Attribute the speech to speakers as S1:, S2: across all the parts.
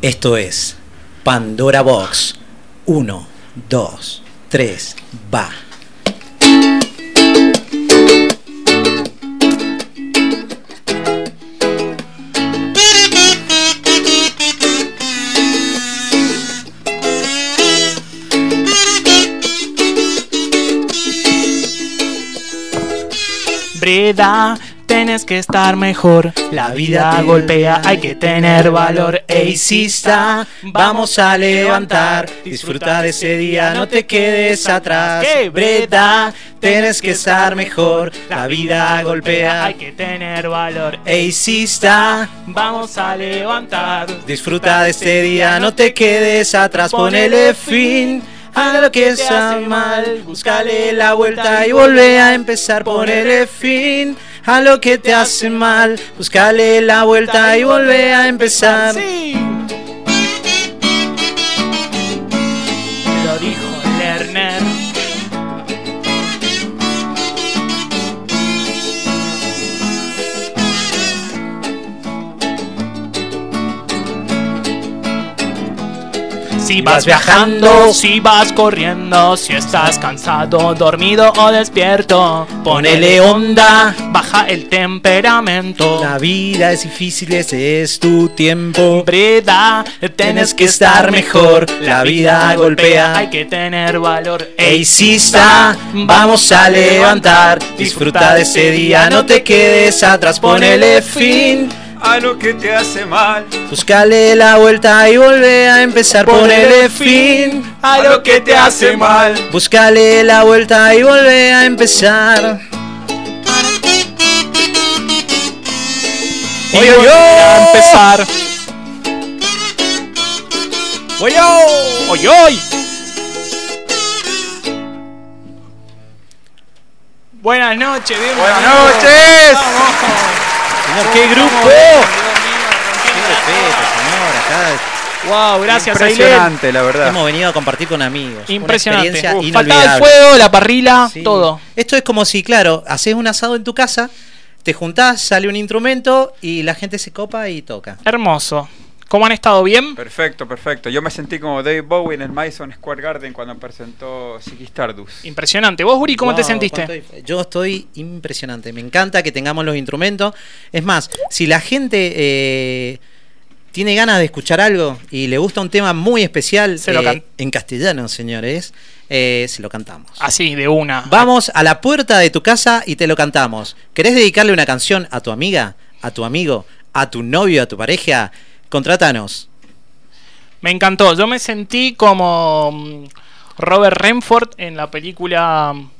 S1: Esto es Pandora Box. 1, 2, 3, va.
S2: Brida, tienes que estar mejor. La vida golpea, hay que tener valor. Ey, sista, vamos a levantar. Disfruta de ese día, no te quedes atrás.
S1: ¡Qué
S2: Brida,
S1: breta!
S2: tienes que estar mejor. La vida golpea, hay que tener valor. Ey, sista, vamos a levantar.
S1: Disfruta de este día, no te quedes atrás, ponele fin a lo que está mal, búscale la vuelta y vuelve a empezar, ponele fin a lo que te hace mal, búscale la vuelta y vuelve a empezar.
S2: Sí. Lo dijo Lerner. Si vas viajando, si vas corriendo, si estás cansado, dormido o despierto, ponele
S1: Ponele onda,
S2: baja el temperamento.
S1: la vida es difícil, ese es tu tiempo.
S2: Brida, tienes que estar mejor. La vida golpea, hay que tener valor.
S1: Ey,
S2: Ey,
S1: sista, vamos a levantar. Disfruta de ese día, no te quedes atrás, ponele fin.
S3: a lo que te hace mal,
S1: Búscale la vuelta y vuelve a empezar, ponele fin.
S3: a lo que te hace mal.
S1: Búscale la vuelta y vuelve a empezar.
S2: voy a empezar.
S3: Oye,
S2: Hoy, hoy. Buenas noches, bienvenidos.
S3: Buenas noches.
S2: Vamos.
S1: qué
S2: Vamos,
S1: grupo.
S2: Dios
S1: Qué
S2: mío,
S1: respeto, señor, acá
S2: rompiendo la- Wow, gracias, Ailén.
S3: Impresionante, la verdad.
S1: hemos venido a compartir con amigos. una
S2: Impresionante.
S1: experiencia
S2: Uf,
S1: inolvidable.
S2: Faltaba el fuego, la parrilla,
S1: Sí.
S2: todo.
S1: Esto es como si, claro, haces un asado en tu casa, te juntás, sale un instrumento y la gente se copa y toca.
S2: Hermoso. ¿Cómo han estado? ¿Bien?
S3: Perfecto, perfecto. Yo me sentí como David Bowie en el Madison Square Garden cuando presentó Ziggy Stardust.
S2: Impresionante. ¿Vos, Uri, cómo te
S1: Wow,
S2: sentiste?
S1: cuánto dif- Yo estoy impresionante. Me encanta que tengamos los instrumentos. Es más, si la gente eh, tiene ganas de escuchar algo y le gusta un tema muy especial
S2: Se lo
S1: eh,
S2: can-
S1: en castellano, señores, eh, se lo cantamos.
S2: Así, de una.
S1: Vamos a la puerta de tu casa y te lo cantamos. ¿Querés dedicarle una canción a tu amiga, a tu amigo, a tu novio, a tu pareja? Contratanos.
S2: Me encantó. Yo me sentí como mm, Robert Renford en la película. mm,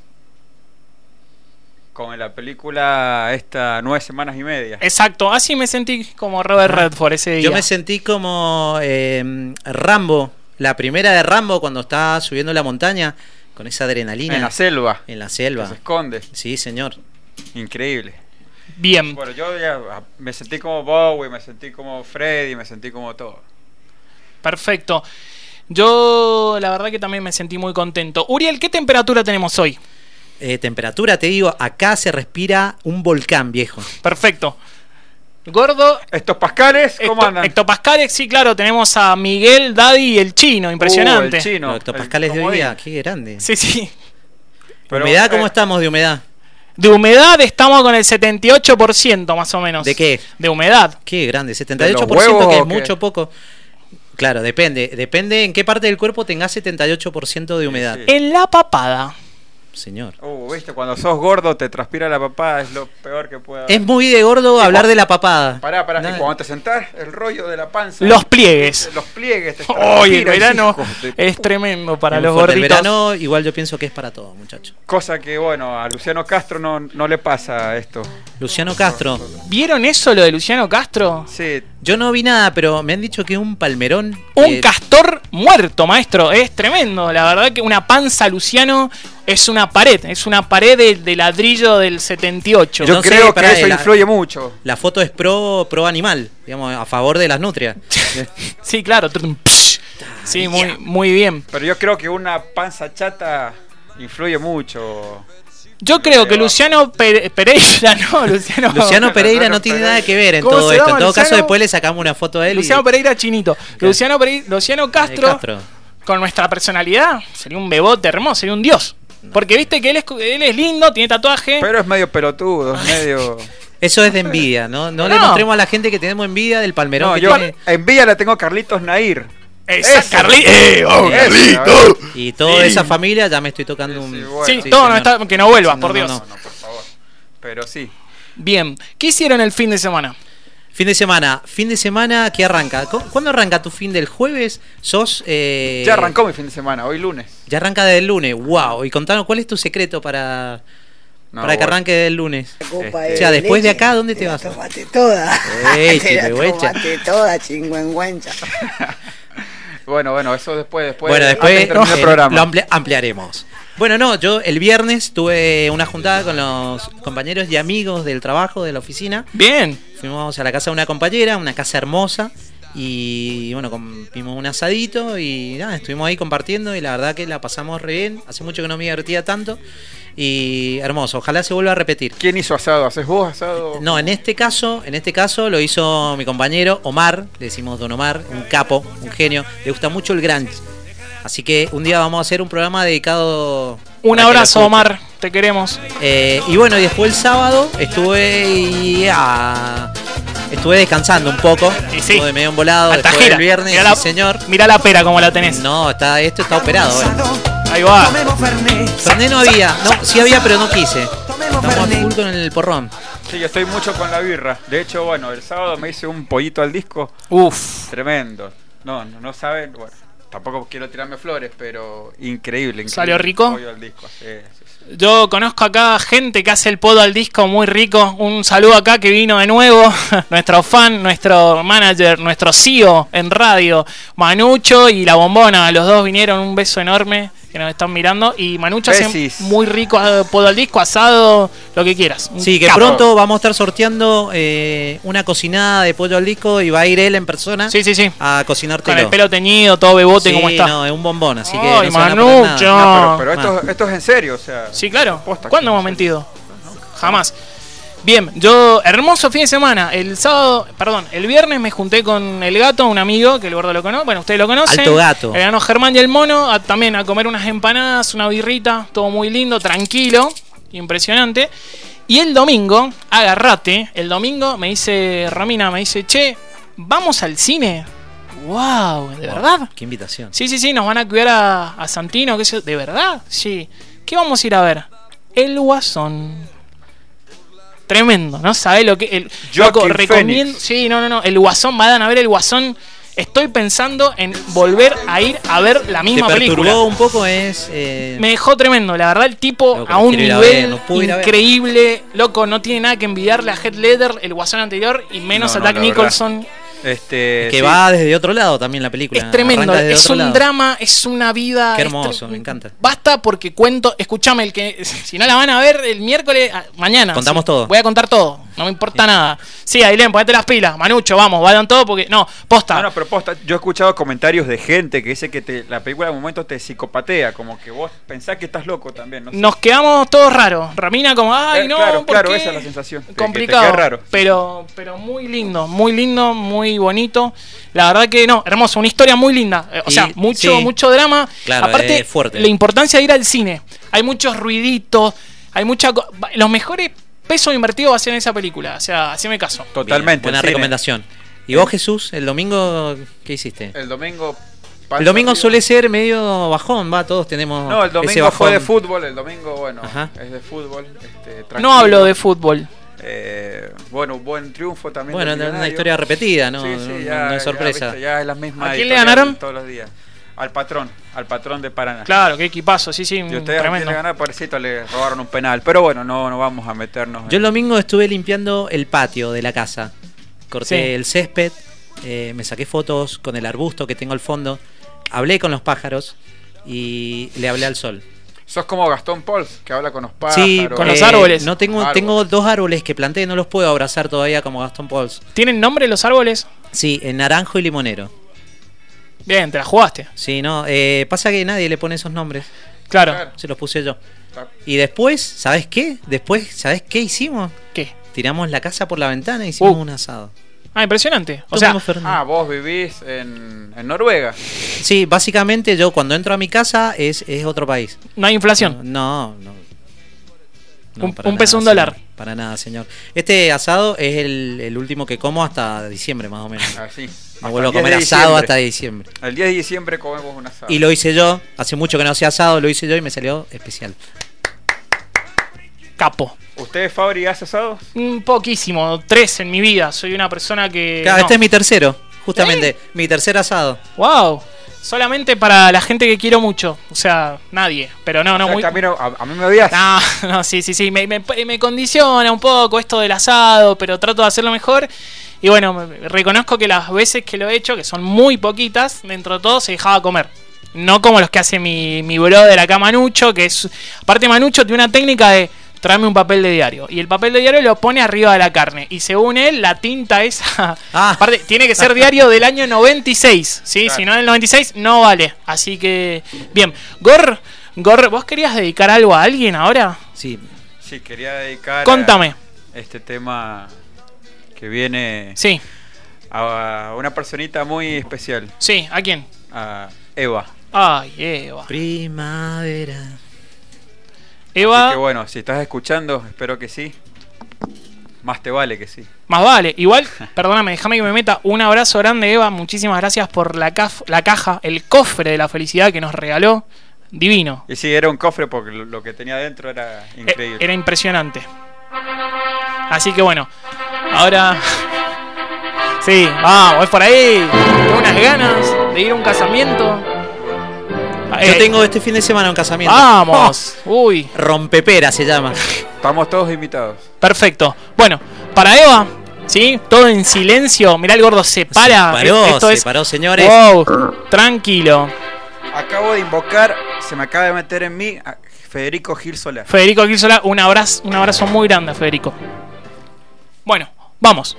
S3: Con la película esta nueve semanas y media.
S2: Exacto, así me sentí como Robert Redford ese día.
S1: Yo me sentí como eh, Rambo, la primera de Rambo cuando está subiendo la montaña con esa adrenalina.
S3: en la selva.
S1: En la
S3: que se
S1: selva.
S3: esconde.
S1: Sí, señor.
S3: Increíble.
S2: Bien.
S3: Bueno, yo ya ah, me sentí como Bowie, me sentí como Freddy, me sentí como todo.
S2: Perfecto. Yo la verdad que también me sentí muy contento. Uriel, ¿qué temperatura tenemos hoy?
S1: Eh, temperatura, te digo, acá se respira un volcán, viejo.
S2: Perfecto. Gordo,
S3: Estos pascales, ¿cómo
S2: Hecto-
S3: andan?
S2: hectopascales, sí, claro, tenemos a Miguel, Daddy y el chino, impresionante.
S3: Uh, el chino.
S1: Los hectopascales
S3: el
S1: de hoy día,
S3: comodín.
S1: qué grande.
S2: Sí, sí.
S3: Pero,
S1: humedad, ¿cómo
S3: eh,
S1: estamos de humedad?
S2: De humedad estamos con el 78% más o menos.
S1: ¿De qué?
S2: De humedad.
S1: Qué grande,
S3: ¿De
S1: 78%,
S3: los huevos
S1: que es
S3: o qué?
S1: mucho poco. Claro, depende. Depende en qué parte del cuerpo tengas 78% de humedad.
S3: Sí.
S2: En la papada.
S1: Señor.
S3: Uh, viste, cuando sos gordo te transpira la papada, es lo peor que pueda.
S1: Es muy de gordo hablar de la papada.
S3: Pará, pará,
S1: Nada.
S3: y cuando te sentás, el rollo de la panza.
S2: Los pliegues.
S3: Los pliegues. Te
S2: Hoy el
S3: transpira,
S2: verano
S3: hijo de
S2: es
S3: puta.
S2: tremendo para
S1: Es muy
S2: los
S1: fuerte.
S2: gorditos.
S1: El verano, igual yo pienso que es para todos, muchachos.
S3: Cosa que, bueno, a Luciano Castro no, no le pasa esto.
S1: Luciano Castro.
S2: ¿Vieron eso lo de Luciano Castro?
S3: Sí,
S1: Yo no vi nada, pero me han dicho que un palmerón.
S2: Un
S1: eh,
S2: castor muerto, maestro. Es tremendo. La verdad que una panza Luciano es una pared. Es una pared de, de ladrillo del 78.
S3: yo
S1: no sé,
S3: creo que
S1: pará,
S3: eso
S1: eh, la-
S3: influye mucho.
S1: La foto es pro, pro animal, digamos, a favor de las nutrias.
S2: Sí, claro. Trum, psh. Sí, muy, muy bien.
S3: Pero yo creo que una panza chata influye mucho.
S2: Yo creo que Luciano Pere- Pereira, no, Luciano,
S1: Luciano Pereira no tiene nada que ver en todo esto. En todo caso, después le sacamos una foto a él. y-
S2: Luciano Pereira Chinito. Luciano, Perei- Luciano
S1: de
S2: Castro, con nuestra personalidad, sería un bebote hermoso, sería un dios. Porque viste que él es, él es lindo, tiene tatuaje.
S3: Pero es medio pelotudo, es medio.
S1: Eso es de envidia, ¿no? No, le
S2: No.
S1: mostremos a la gente que tenemos envidia del palmerón
S3: No,
S1: que
S3: yo
S1: tiene.
S3: en Villa la tengo a Carlitos Nair.
S2: Esa,
S3: Ese.
S2: Carli- ¡Eh, oh,
S3: Ese,
S2: Carli-
S3: a ver.
S1: Y toda esa familia ya me estoy tocando un.
S3: Sí, sí,
S2: Sí,
S3: bueno.
S1: Sí,
S2: todo, no
S1: señor.
S2: está- que no vuelvas,
S1: No,
S2: por
S1: no,
S2: Dios.
S1: no.
S3: No, por favor. Pero sí.
S2: Bien, ¿qué hicieron el fin de semana?
S1: Fin de semana, fin de semana que arranca. ¿Cu- ¿Cuándo arranca tu fin del jueves? Sos. eh,
S3: Ya arrancó mi fin de semana, hoy lunes.
S1: Ya arranca desde el lunes. ¡Wow! Y contanos, ¿cuál es tu secreto para,
S3: No,
S1: para que
S3: bueno.
S1: arranque desde el lunes?
S4: Copa
S3: Este,
S1: o sea,
S4: de
S1: después de
S4: leche,
S1: acá, ¿dónde te
S4: la
S1: vas?
S4: Tomaste toda.
S1: Ey,
S4: Te la
S1: chirihuecha.
S4: tomaste toda, chingüengüencha.
S3: Bueno, bueno, eso después. después
S1: Bueno,
S3: antes
S1: después
S3: de terminar el
S1: eh,
S3: programa.
S1: lo ampli- ampliaremos. Bueno, no, yo el viernes tuve una juntada con los compañeros y amigos del trabajo, de la oficina.
S2: Bien,
S1: Fuimos a la casa de una compañera, una casa hermosa. Y bueno, comimos un asadito y nada, estuvimos ahí compartiendo y la verdad que la pasamos re bien. Hace mucho que no me divertía tanto. Y hermoso, ojalá se vuelva a repetir.
S3: ¿Quién hizo asado? ¿Haces vos asado?
S1: No, en este caso, en este caso lo hizo mi compañero Omar, le decimos Don Omar, un capo, un genio, le gusta mucho el grunge. Así que un día vamos a hacer un programa dedicado
S2: un
S1: para que lo
S2: abrazo,
S1: escuchen.
S2: Omar, te queremos.
S1: Eh, y bueno, y después el sábado estuve y, ah, estuve descansando un poco,
S2: Y sí.
S1: estuve medio embolado
S2: Alta
S1: después
S2: gira.
S1: del viernes,
S2: Mirá
S1: sí,
S2: la-
S1: señor.
S2: Mirá la pera como la tenés.
S1: No, está esto está operado. eh. Bueno.
S3: eh.
S2: Ahí va.
S1: Fernet no había, no, sí había, pero no quise. Estamos a full con el porrón.
S3: Sí, yo estoy mucho con la birra. De hecho, bueno, el sábado me hice un pollito al disco
S2: Uf.
S3: tremendo. No, no, no saben, bueno, tampoco quiero tirarme flores, pero increíble. increíble.
S2: ¿Salió rico?
S3: Pollo al disco, sí, sí, sí.
S2: Yo conozco acá gente que hace el podo al disco muy rico. Un saludo acá que vino de nuevo. nuestro fan, nuestro manager, nuestro CEO en radio. Manucho y la bombona. Los dos vinieron. Un beso enorme que nos están mirando. Y Manucho
S3: Besis.
S2: hace muy rico eh, podo al disco, asado, lo que quieras. Un
S1: Sí, que
S2: capo.
S1: pronto vamos a estar sorteando eh, una cocinada de pollo al disco y va a ir él en persona
S2: Sí, sí, sí.
S1: a cocinártelo.
S2: Con el pelo teñido, todo bebote,
S1: Sí,
S2: como está.
S1: no, es un bombón, así que
S2: Ay,
S1: no se van a perder nada. Ah,
S2: Manucho.
S3: No,
S2: No,
S3: pero, pero esto, esto es en serio, o sea.
S2: Sí, claro.
S3: posta que
S2: ¿Cuándo
S3: no
S2: hemos
S3: sé.
S2: mentido? Jamás. Bien, yo, hermoso fin de semana. El sábado, perdón, el viernes me junté con el gato, un amigo que el gordo lo conoce. Bueno, ustedes lo conocen.
S1: Alto gato.
S2: El hermano Germán y el mono, a- también a comer unas empanadas, una birrita, todo muy lindo, tranquilo, impresionante. Y el domingo, agarrate, el domingo me dice Ramina, me dice, che, vamos al cine. ¡Wow! ¿De verdad?
S1: Qué invitación.
S2: Sí, sí, sí, nos van a cuidar a, a Santino, que ¿De verdad? Sí. ¿Qué vamos a ir a ver? El Guasón. Tremendo, ¿no? sabe lo que. El, loco,
S3: Joaquin
S2: recomiendo.
S3: Phoenix.
S2: Sí, no, no, no. El Guasón, van a ver el Guasón. Estoy pensando en volver a ir a ver la
S1: Te
S2: misma
S1: perturbó
S2: película.
S1: un poco, es. eh,
S2: Me dejó tremendo, la verdad, el tipo
S1: Loco,
S2: a un
S1: quiero ir a
S2: nivel
S1: ver, no pude ir a ver.
S2: increíble. Loco, no tiene nada que envidiarle a Head Leather, el guasón anterior, y menos
S3: No,
S2: a
S3: no,
S2: Jack
S3: la verdad.
S2: Nicholson.
S3: Este,
S1: que
S3: sí.
S1: va desde otro lado también la película.
S2: Es tremendo,
S1: arranca desde
S2: es
S1: otro
S2: un
S1: lado.
S2: drama, es una vida.
S1: Qué
S2: es tre-
S1: hermoso, me encanta.
S2: Basta porque cuento, escúchame, el que si no la van a ver el miércoles, ah, mañana.
S1: Contamos
S2: sí,
S1: todo.
S2: Voy a contar todo, no me importa nada. Sí, Ailén, ponete las pilas, Manucho, vamos, vayan todo porque. No, posta.
S3: Ah, No, no, pero posta, yo he escuchado comentarios de gente que dice que te- la película de momento te psicopatea, como que vos pensás que estás loco también, no sé.
S2: Nos quedamos todos raros. Ramina como, ay,
S3: Eh,
S2: no,
S3: claro,
S2: ¿por
S3: claro,
S2: qué?".
S3: esa es la sensación, que- que te
S2: Complicado.
S3: queda raro.
S2: Pero, pero muy lindo, muy lindo, muy bonito. La verdad que no, hermoso, una historia muy linda. Eh, O
S1: Y-
S2: sea, mucho,
S1: sí.
S2: mucho drama.
S1: Claro,
S2: Aparte,
S1: es fuerte.
S2: la importancia de ir al cine. Hay muchos ruiditos, hay mucha co- va- los mejores pesos invertidos va a ser en esa película. O sea, haceme caso.
S3: Totalmente.
S1: Buena
S3: el cine.
S1: recomendación. ¿Y vos, Jesús, el domingo qué hiciste?
S3: El domingo.
S1: El domingo suele ser medio bajón, va, todos tenemos.
S3: No, el
S1: ese
S3: domingo
S1: bajón.
S3: fue de fútbol, el domingo, bueno,
S1: Ajá.
S3: es de fútbol. este,
S2: No
S3: tranquilo.
S2: hablo de fútbol.
S3: Eh, bueno, buen triunfo también.
S1: Bueno,
S3: del
S1: una- una
S3: Millonario.
S1: historia repetida, ¿no?
S3: Sí, sí,
S1: No- no-
S3: ya-
S1: no es
S3: ya,
S1: sorpresa.
S3: viste, ya es la misma
S2: ¿A quién le
S3: editorial
S2: ganaron?
S3: Todos los días. Al patrón, al patrón de Paraná.
S2: Claro, qué equipazo, sí, sí,
S3: Y ustedes a quién
S2: tremendo.
S3: le ganaron, pobrecito, le robaron un penal. Pero bueno, no, no vamos a meternos.
S1: Yo
S3: en-
S1: el domingo estuve limpiando el patio de la casa. Corté
S2: Sí.
S1: el césped, eh, me saqué fotos con el arbusto que tengo al fondo, hablé con los pájaros y le hablé al sol.
S3: Sos como Gastón Pols, que habla con los pájaros.
S1: Sí,
S2: con los
S1: eh,
S2: árboles.
S1: No tengo,
S3: Árboles.
S1: tengo dos árboles que planté, no los puedo abrazar todavía como Gastón Pauls.
S2: ¿Tienen nombre los árboles?
S1: Sí, en naranjo y limonero.
S2: Bien, te la jugaste.
S1: Sí, no, eh, pasa que nadie le pone esos nombres.
S2: Claro.
S1: Se los puse yo. Y después, ¿sabes qué? Después, ¿sabes qué hicimos?
S2: ¿Qué?
S1: Tiramos la casa por la ventana y hicimos
S2: Uh.
S1: un asado.
S2: Ah, impresionante. O sea,
S1: Tomamos Fernet.
S3: Ah, vos vivís en, en Noruega.
S1: Sí, básicamente yo cuando entro a mi casa es, es otro país.
S2: no hay inflación.
S1: No, no.
S2: Un-
S1: para
S2: un peso, un
S1: señor.
S2: dólar.
S1: Para nada, señor. Este asado es el, el último que como hasta diciembre, más o menos.
S3: Así.
S1: No
S3: Ah, Hasta
S1: vuelvo a
S3: el 10 de
S1: comer asado
S3: diciembre.
S1: hasta diciembre.
S3: El 10 de diciembre comemos un asado.
S1: Y lo hice yo, hace mucho que no hacía asado, lo hice yo y me salió especial.
S2: Capo.
S3: ¿Usted, Fabri, hace asado?
S2: Un poquísimo. Tres en mi vida. Soy una persona que.
S1: Claro,
S2: Eh, no.
S1: este es mi tercero, justamente, mi tercer asado.
S2: Wow. Solamente para la gente que quiero mucho. O sea, nadie. Pero no, no,
S3: O sea,
S2: muy.
S3: Camilo, a, a mí me odias.
S2: No, no, sí, sí, sí. Me, me- me condiciona un poco esto del asado, pero trato de hacerlo mejor. Y bueno, me- me- reconozco que las veces que lo he hecho, que son muy poquitas, dentro de todo se dejaba comer. No como los que hace mi, mi brother acá, Manucho, que es. Aparte, Manucho tiene una técnica de tráeme un papel de diario. Y el papel de diario lo pone arriba de la carne. Y según él, la tinta esa.
S1: Ah.
S2: Aparte, tiene que ser diario del año 96. ¿sí?
S3: Claro.
S2: Si no del 96, no vale. Así que. Bien. Gor, Gor, ¿vos querías dedicar algo a alguien ahora?
S1: Sí,
S3: Sí, quería dedicar. a
S2: Contame.
S3: Este tema que viene
S2: Sí,
S3: a una personita muy especial,
S2: sí, ¿a quién?
S3: a Eva.
S2: Ay, Eva.
S1: primavera.
S3: Así
S2: Eva,
S3: que bueno, si estás escuchando, espero que sí. Más te vale que sí.
S2: más vale. Igual, perdóname, déjame que me meta un abrazo grande, Eva. Muchísimas gracias por la, caf- la caja, el cofre de la felicidad que nos regaló. Divino.
S3: Y sí, era un cofre porque lo- lo que tenía dentro era increíble.
S2: Eh, Era impresionante. Así que bueno, ahora. Sí, vamos, es por ahí. Tengo unas ganas de ir a un casamiento.
S1: Yo
S2: Eh,
S1: tengo este fin de semana un casamiento.
S2: Vamos. Uy,
S1: Rompepera se llama.
S3: Estamos todos invitados.
S2: perfecto. Bueno, para Eva, ¿sí? Todo en silencio. Mirá, el gordo se para.
S1: se paró,
S2: Esto
S1: se
S2: es-
S1: paró, señores.
S2: Wow, tranquilo.
S3: Acabo de invocar, se me acaba de meter en mí, a Federico Gil Solar.
S2: Federico Quirsola, un abrazo, un abrazo muy grande, Federico. Bueno, vamos.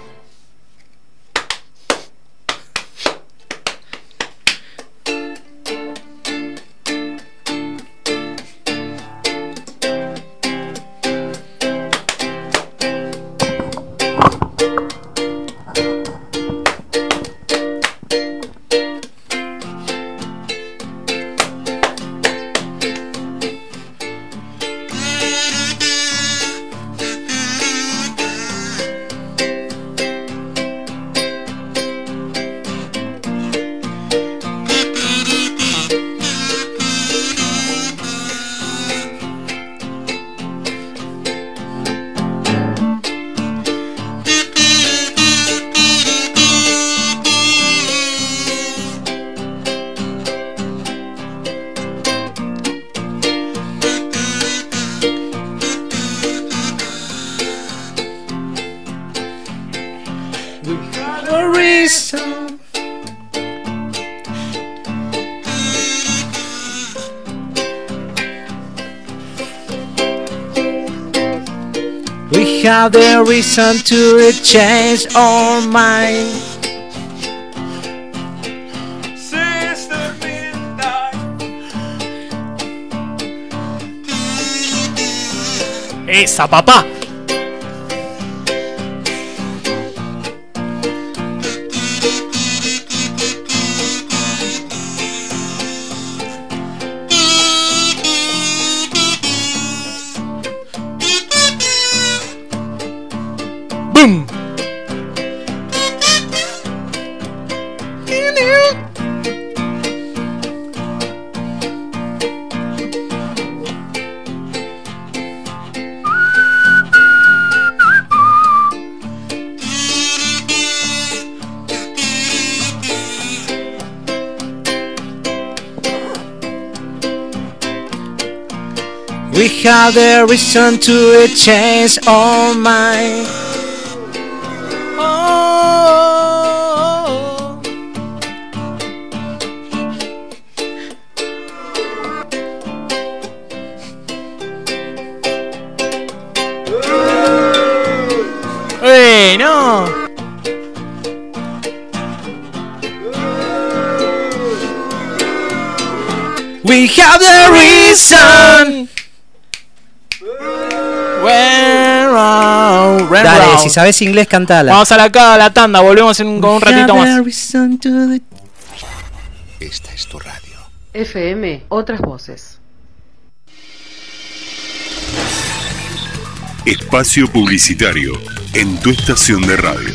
S1: No reason. We have the reason to change our mind.
S2: Esa, papá. ¡Bum!
S1: We have the reason to change our mind.
S2: ¡Eh, no!
S1: We have the reason.
S2: When round, when
S1: Dale,
S2: round.
S1: si sabes inglés, cantala.
S2: Vamos a la, a la tanda, volvemos en- con un ratito más.
S5: Esta es tu radio.
S6: FM, otras voces.
S5: Espacio publicitario en tu estación de radio.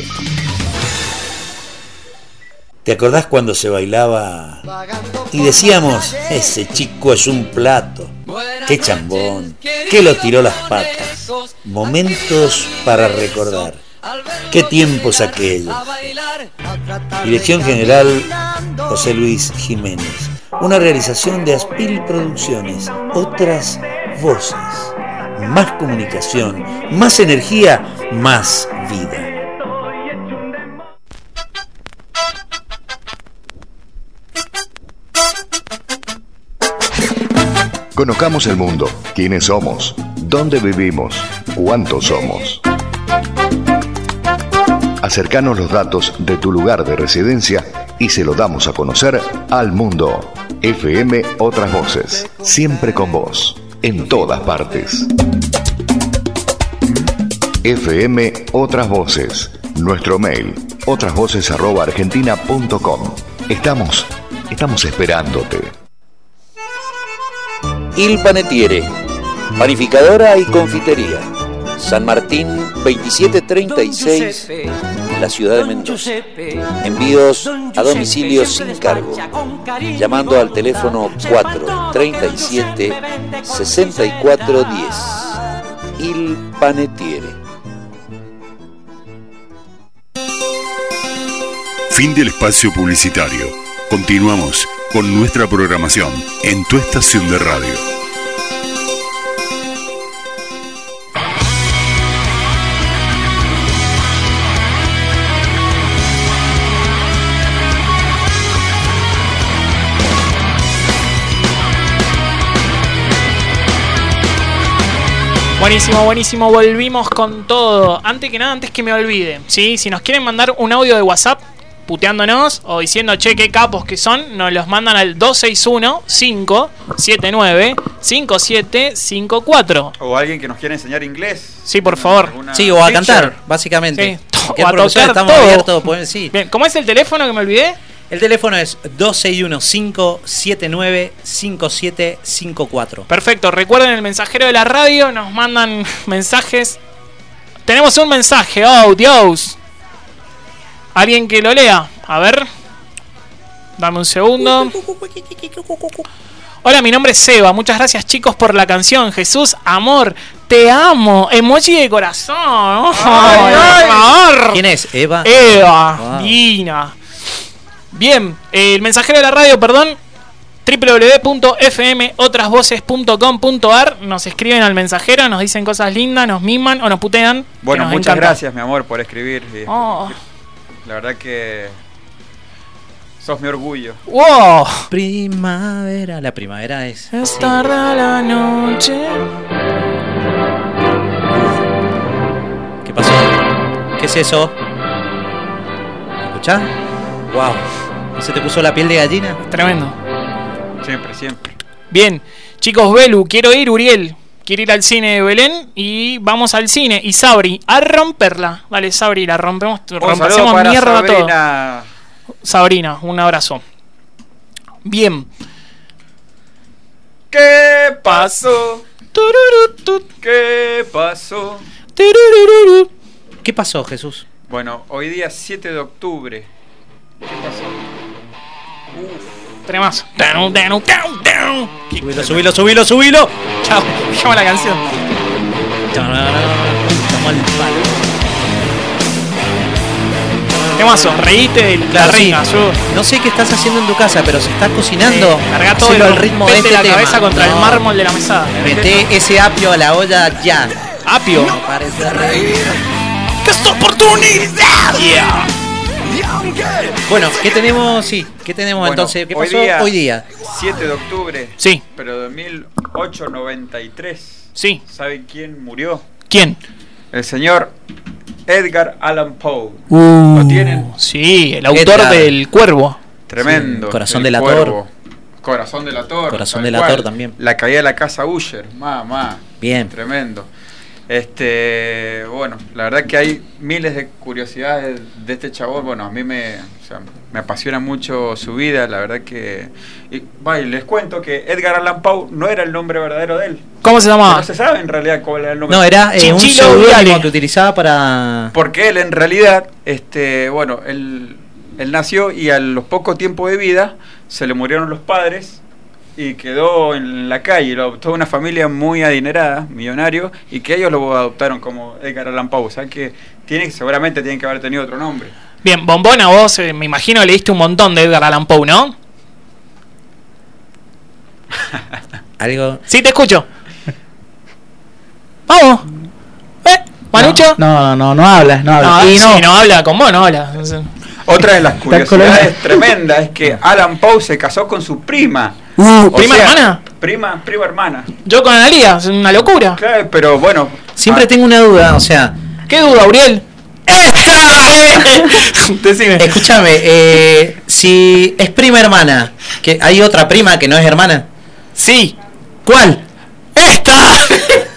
S7: ¿Te acordás cuando se bailaba y decíamos, ese chico es un plato, qué chambón, que lo tiró las patas? Momentos para recordar. ¿Qué tiempos aquellos? Dirección General José Luis Jiménez. Una realización de Aspil Producciones. Otras voces. Más comunicación, más energía, más vida.
S5: Conozcamos el mundo, quiénes somos, dónde vivimos, cuántos somos. Acercanos los datos de tu lugar de residencia y se lo damos a conocer al mundo. FM Otras Voces, siempre con vos, en todas partes. FM Otras Voces, nuestro mail, otrasvoces.argentina.com. Estamos, estamos esperándote.
S7: Il Panetiere, panificadora y confitería. San Martín 2736, la ciudad de Mendoza. Envíos a domicilio sin cargo. Llamando al teléfono 437 6410. Il Panetiere.
S5: Fin del espacio publicitario. Continuamos con nuestra programación en tu estación de radio.
S2: Buenísimo, buenísimo, volvimos con todo. Antes que nada, antes que me olvide, ¿sí? Si nos quieren mandar un audio de WhatsApp puteándonos o diciendo, che, qué capos que son, nos los mandan al 261-579-5754.
S3: O alguien que nos quiera enseñar inglés.
S2: Sí, por favor.
S3: Alguna
S1: Sí, o a
S3: teacher.
S1: cantar,
S2: Sí,
S1: básicamente.
S2: to-
S1: Cualquier
S2: o a
S1: producción,
S2: tocar
S1: estamos
S2: todo.
S1: abiertos, pueden- sí.
S2: Bien, ¿cómo es el teléfono que me olvidé?
S1: El teléfono es 2615-795754.
S2: Perfecto, recuerden el mensajero de la radio, nos mandan mensajes. Tenemos un mensaje, oh Dios. Alguien que lo lea, a ver. Dame un segundo. Hola, mi nombre es Seba. Muchas gracias, chicos, por la canción. Jesús, amor, te amo. Emoji de corazón. Oh, por favor.
S1: ¿Quién es? Eh, Eva.
S2: Eva,
S1: Wow.
S2: Dina. Bien, eh, el mensajero de la radio, perdón, www.fmotrasvoces.com.ar. Nos escriben al mensajero, nos dicen cosas lindas, nos miman o nos putean. que
S3: Bueno,
S2: nos
S3: muchas
S2: encanta.
S3: gracias, mi amor, por escribir. y-
S2: Oh,
S3: La verdad que sos mi orgullo.
S2: wow.
S1: Primavera. La primavera es.
S2: Es tarde la noche.
S1: ¿Qué pasó? ¿Qué es eso? ¿Escuchás? Wow. ¿No se te puso la piel de gallina?
S2: Tremendo.
S3: Siempre, siempre.
S2: Bien, chicos, Belu, quiero ir, Uriel. Quiero ir al cine de Belén y vamos al cine. Y Sabri, a romperla. Dale, Sabri, la rompemos.
S3: Un saludo
S2: Rompemos
S3: para
S2: mierda todo.
S3: Sabrina.
S2: Sabrina, un abrazo. Bien.
S3: ¿Qué pasó?
S2: Tururú, tu,
S3: ¿Qué pasó?
S2: turururú.
S1: ¿Qué pasó, Jesús?
S3: Bueno, hoy día 7 de octubre.
S2: Tremazo. Tanu, tanu, tanu, tanu.
S1: Subilo, subilo, subilo, subilo.
S2: Chao, llama la canción.
S1: Estamos al palo.
S2: Temazo, reíste de la
S1: Claro, sí.
S2: reina, yo.
S1: No sé qué estás haciendo en tu casa, pero si estás cocinando,
S2: Eh, Larga todo el
S1: hacelo al ritmo de este
S2: la
S1: tema.
S2: cabeza contra
S1: No.
S2: el mármol de la mesada.
S1: Meté ese apio a la olla ya.
S2: Apio.
S1: Me parece re-
S2: ¡Qué esta oportunidad! Yeah.
S1: Bueno, ¿qué tenemos? Sí, ¿qué tenemos
S3: Bueno,
S1: entonces? ¿Qué pasó hoy día?
S3: 7 de octubre.
S2: Sí,
S3: Pero de 1893.
S2: sí.
S3: ¿Saben quién murió?
S2: ¿Quién?
S3: El señor Edgar Allan Poe.
S2: Uh,
S3: tienen?
S2: Sí, el autor
S1: Edgar.
S2: del cuervo.
S3: Tremendo.
S1: Sí, corazón
S3: El
S1: delator.
S3: Cuervo. Corazón de la Torre.
S1: Corazón
S3: tal
S1: de la
S3: cual.
S1: Torre también.
S3: La caída de la casa Usher, mamá.
S1: Bien.
S3: Tremendo. Este, bueno, la verdad que hay miles de curiosidades de, de este chabón. Bueno, a mí me, o sea, me apasiona mucho su vida, la verdad que... Y, va, y les cuento que Edgar Allan Poe no era el nombre verdadero de él.
S2: ¿Cómo se
S3: No
S2: llama?
S3: se sabe en realidad cuál era el nombre.
S1: No, era eh, un
S2: Chinchilo
S1: seudónimo
S2: Viale.
S1: que utilizaba para.
S3: Porque él en realidad, este, bueno, él, él nació y a los pocos tiempos de vida se le murieron los padres y quedó en la calle. Lo adoptó una familia muy adinerada, millonario, y que ellos lo adoptaron como Edgar Allan Poe. O sea que tiene, seguramente tienen que haber tenido otro nombre.
S2: Bien, Bombona, vos eh, me imagino leíste un montón de Edgar Allan Poe, ¿no?
S1: Algo.
S2: Sí, te escucho. Vamos. ¿Eh? ¿Manucho?
S8: No, no,
S2: No,
S8: no, no habla, no habla.
S2: sí,
S8: y
S2: no.
S8: no.
S2: habla con vos, no habla.
S3: Otra de las
S8: colorado.
S3: curiosidades tremendas es que Alan Poe se casó con su prima. O
S2: Uh, ¿Prima hermana?
S3: Prima, prima hermana.
S2: Yo con Analia, es una locura.
S3: Claro, pero bueno.
S1: Siempre
S3: ah,
S1: tengo una duda, o sea.
S2: ¿Qué duda, Uriel? Decime.
S1: Escúchame, eh, si es prima hermana, que hay otra prima que no es hermana.
S2: Sí.
S1: ¿Cuál?
S2: ¡Esta!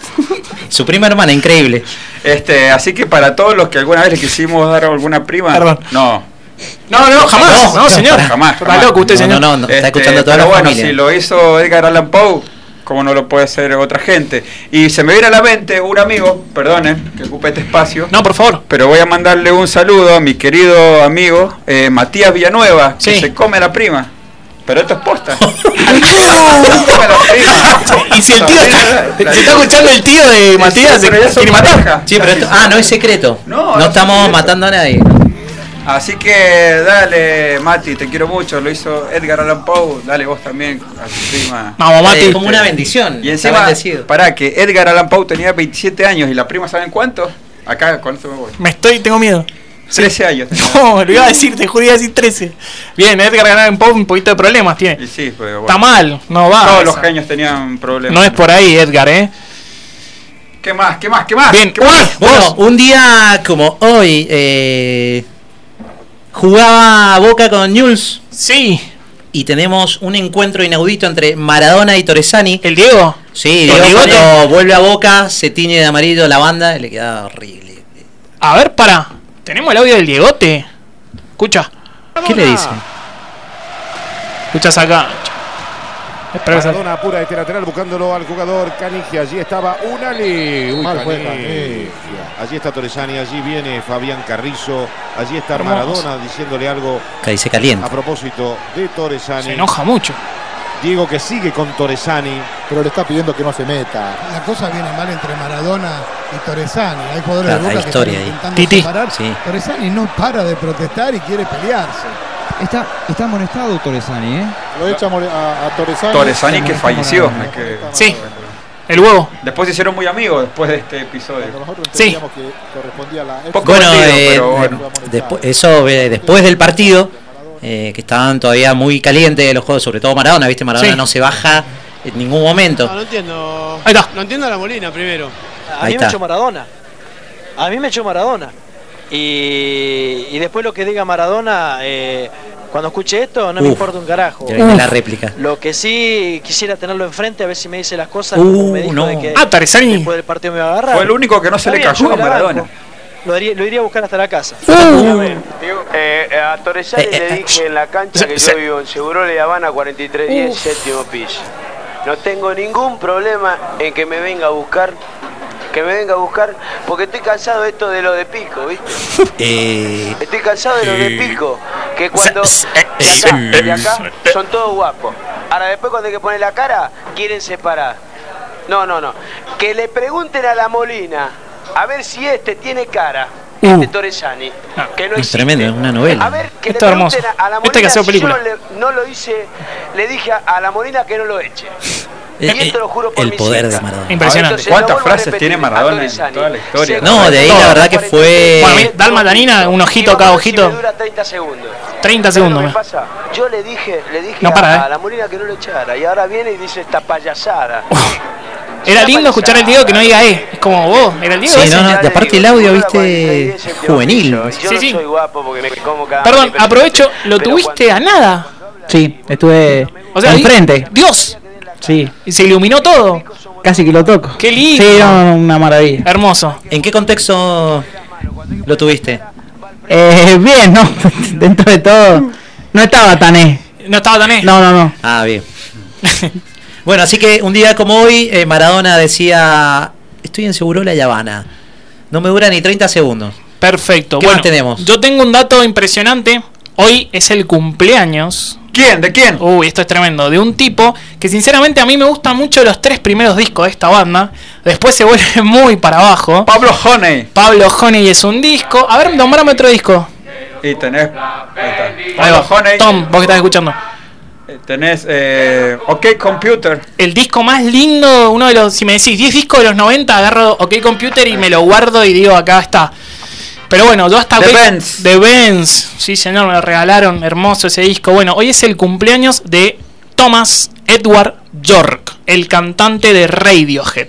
S1: Su prima hermana, increíble.
S3: Este, así que para todos los que alguna vez le quisimos dar alguna prima,
S2: Perdón.
S3: no.
S2: No, no, jamás. No,
S1: no,
S2: señor.
S1: pará.
S3: Jamás,
S2: Está
S3: jamás.
S2: loco usted,
S1: No,
S2: señor.
S1: no, no, está
S3: Este,
S1: escuchando a toda
S3: pero
S1: la
S3: bueno,
S1: familia.
S3: si lo hizo Edgar Allan Poe, como no lo puede hacer otra gente. Y se me viene a la mente un amigo, perdonen, que ocupe este espacio.
S2: No, por favor.
S3: Pero voy a mandarle un saludo a mi querido amigo eh, Matías Villanueva, que
S2: Sí.
S3: se come la prima. Pero esto es posta. Se come la prima.
S2: Y si el tío está, si está escuchando el tío de Matías, se
S3: pero ya son
S2: quiere matar.
S3: pareja.
S1: Sí, pero esto, ah, no es secreto.
S3: No,
S1: No,
S3: no es
S1: estamos
S3: secreto.
S1: matando a nadie.
S3: Así que dale, Mati, te quiero mucho. Lo hizo Edgar Allan Poe. Dale vos también a tu prima. Este,
S2: Vamos,
S1: Eh,
S2: Mati.
S1: como una bendición.
S3: Y
S1: está
S3: encima,
S1: bendecido.
S3: pará, que Edgar Allan Poe tenía 27 años y la prima, ¿saben cuánto? Acá, con esto me voy.
S2: Me estoy, tengo miedo.
S3: 13 años. tenía.
S2: No, lo iba a decir, te juro, iba a decir 13. Bien, Edgar ganar un poco, un poquito de problemas
S3: Y
S2: tiene.
S3: sí, pero bueno.
S2: Está mal, no va.
S3: Todos los
S2: esa.
S3: genios tenían problemas.
S2: No es por ahí, Edgar, ¿eh?
S3: ¿Qué más? ¿Qué más? ¿Qué más?
S2: Bien,
S3: ¿Qué
S2: uy,
S3: más?
S1: Bueno,
S2: vos.
S1: un día como hoy, eh, jugaba Boca con News
S2: Sí,
S1: y tenemos un encuentro inaudito entre Maradona y Torresani.
S2: el Diego.
S1: Sí,
S2: ¿Con
S1: Diego
S2: bigote?
S1: cuando vuelve a Boca, se tiñe de amarillo la banda, le queda horrible.
S2: A ver, para. Tenemos el audio del Diegote. Escucha,
S1: ¿Qué le dice?
S2: escuchas acá. Espera que salga.
S9: Maradona apura este lateral buscándolo al jugador Canigia. Allí estaba Unali. Uy,
S10: Mal eh. fue
S9: Canigia. Allí está Torresani, allí viene Fabián Carrizo. Allí está
S2: Hermoso.
S9: Maradona diciéndole algo
S1: Acá dice
S9: a
S1: caliente.
S9: propósito de
S2: Se
S9: Torresani.
S2: enoja mucho.
S9: Diego que sigue con Torresani.
S10: pero le está pidiendo que no se meta. La cosa viene mal entre Maradona y Torresani. Hay jugadores de
S1: Claro,
S10: Boca
S1: hay
S10: que
S1: historia
S10: están
S1: ahí.
S10: intentando
S2: Titi.
S10: separarse.
S1: Sí.
S10: Torresani no para de protestar y quiere pelearse.
S11: Está, está amonestado Torresani, ¿eh?
S9: Lo echa a More- a, a Torresani.
S3: Torresani que falleció. me que-
S2: Sí. El huevo.
S3: Después se hicieron muy amigos después de este episodio.
S9: Nosotros
S2: Sí.
S9: entendíamos que correspondía a la
S3: Poco
S1: Bueno,
S3: partido,
S1: eh,
S3: pero
S1: de-
S3: bueno.
S1: despu- eso eh, después del partido, eh, que estaban todavía muy calientes los juegos, sobre todo Maradona, ¿viste? Maradona
S2: Sí.
S1: no se baja en ningún momento.
S11: entiendo.
S2: Ahí está.
S11: No entiendo a la Molina primero.
S1: Ahí está.
S11: Maradona. A mí me echó Maradona. Y, y después lo que diga Maradona, eh, cuando escuche esto, no me
S1: Uf.
S11: importa un carajo.
S1: Ya viene la réplica.
S11: Lo que sí quisiera tenerlo enfrente, a ver si me dice las cosas.
S1: Uh,
S11: como me dijo
S1: no.
S11: de que
S2: Ah, Taresani.
S11: después del partido me va a agarrar.
S3: Fue el único que no se
S11: Está
S3: le
S11: bien, yo
S3: cayó a
S11: me la
S3: Maradona.
S11: banco. Lo iría, lo iría a buscar hasta la casa.
S9: a Torresani
S1: Uh. Eh, eh, le dije
S9: en la cancha
S2: Se- se-
S9: Vivo en Seguro Le Habana 4310, séptimo piso. No tengo ningún problema en que me venga a buscar, que me venga a buscar, porque estoy cansado de esto de lo de pico, ¿viste?
S1: Eh,
S9: Estoy cansado de lo de
S12: eh,
S9: pico, que cuando
S2: Se- se-
S9: acá y acá son todos guapos. Ahora después cuando hay que poner la cara, quieren separar. No, no, no. Que le pregunten a la Molina a ver si este tiene cara.
S8: Uh.
S9: Este Torresani,
S2: Ah,
S9: que no
S1: es
S9: existe.
S1: tremendo, es una
S9: A
S1: novela.
S9: ver, que
S2: Esto
S9: le
S2: es hermoso.
S9: pregunten a, a
S2: Esto
S9: la
S2: hay
S9: Molina
S2: que hacer
S9: si
S2: película.
S9: yo le- no lo hice, le dije a, a la Molina que no lo eche.
S1: eh, eh,
S9: esto lo juro por
S1: el
S9: mi
S1: poder
S9: hija.
S1: de Maradona.
S2: Impresionante.
S9: Entonces, lo
S3: ¿Cuántas
S9: vuelvo a
S3: frases
S9: repetir,
S3: tiene
S9: a
S3: Maradona en
S9: Torresani.
S3: toda la historia?
S9: Se-
S1: No, de ahí la verdad que fue.
S2: Para mí, Dalma Danina, un ojito
S9: Y vamos
S2: cada
S9: a ver si
S2: ojito.
S9: me dura 30 segundos.
S2: 30
S9: ¿Sabes lo
S2: segundos.
S9: que
S2: me-
S9: pasa? Yo le dije, le dije
S2: No,
S9: a-
S2: para, eh.
S9: a, la Molina que no lo echara y ahora viene y dice esta payasada.
S2: Era lindo escuchar al Diego que no diga eh. Es como vos, era el Diego.
S1: Sí,
S2: ese.
S1: no, no, y aparte el audio, viste, juvenil.
S9: Pues Yo
S2: Sí,
S9: no
S2: sí.
S9: soy guapo porque me como cada
S2: Perdón,
S9: pero-
S2: aprovecho, lo
S9: pero
S2: tuviste a nada.
S8: Sí, estuve
S2: O sea,
S8: enfrente.
S2: Dios,
S8: Sí.
S2: y se iluminó todo.
S8: Casi que lo toco.
S2: Qué lindo.
S8: Sí, no, no, una maravilla.
S2: Hermoso.
S1: ¿En qué contexto lo tuviste?
S8: Eh, bien, ¿no? Dentro de todo, no estaba tan eh.
S2: No estaba tan eh.
S8: No, no, no.
S1: Ah, bien. bueno, así que un día como hoy, eh, Maradona decía, estoy en Segurola y Habana. No me dura ni 30 segundos.
S2: Perfecto.
S1: ¿Qué
S2: bueno,
S1: más tenemos?
S2: Yo tengo un dato impresionante. Hoy es el cumpleaños.
S3: ¿Quién? ¿De quién?
S2: Uy, esto es tremendo. De un tipo que sinceramente a mí me gustan mucho los tres primeros discos de esta banda. Después se vuelve muy para abajo.
S3: Pablo Honey.
S2: Pablo Honey es un disco. A ver, nombrame otro disco.
S3: Y tenés. ahí está.
S2: Ahí va.
S3: Pablo Honey.
S2: Tom, vos que estás escuchando.
S3: eh, Tenés. eh, ok, Computer.
S2: El disco más lindo, uno de los. Si me decís 10 discos de los 90, agarro OK Computer y me lo guardo y digo, acá está. Pero bueno, yo hasta.
S3: The
S2: hoy-
S3: Bends.
S2: The Benz. Sí, señor, me lo regalaron. Hermoso ese disco. Bueno, hoy es el cumpleaños de Thomas Edward York, el cantante de Radiohead.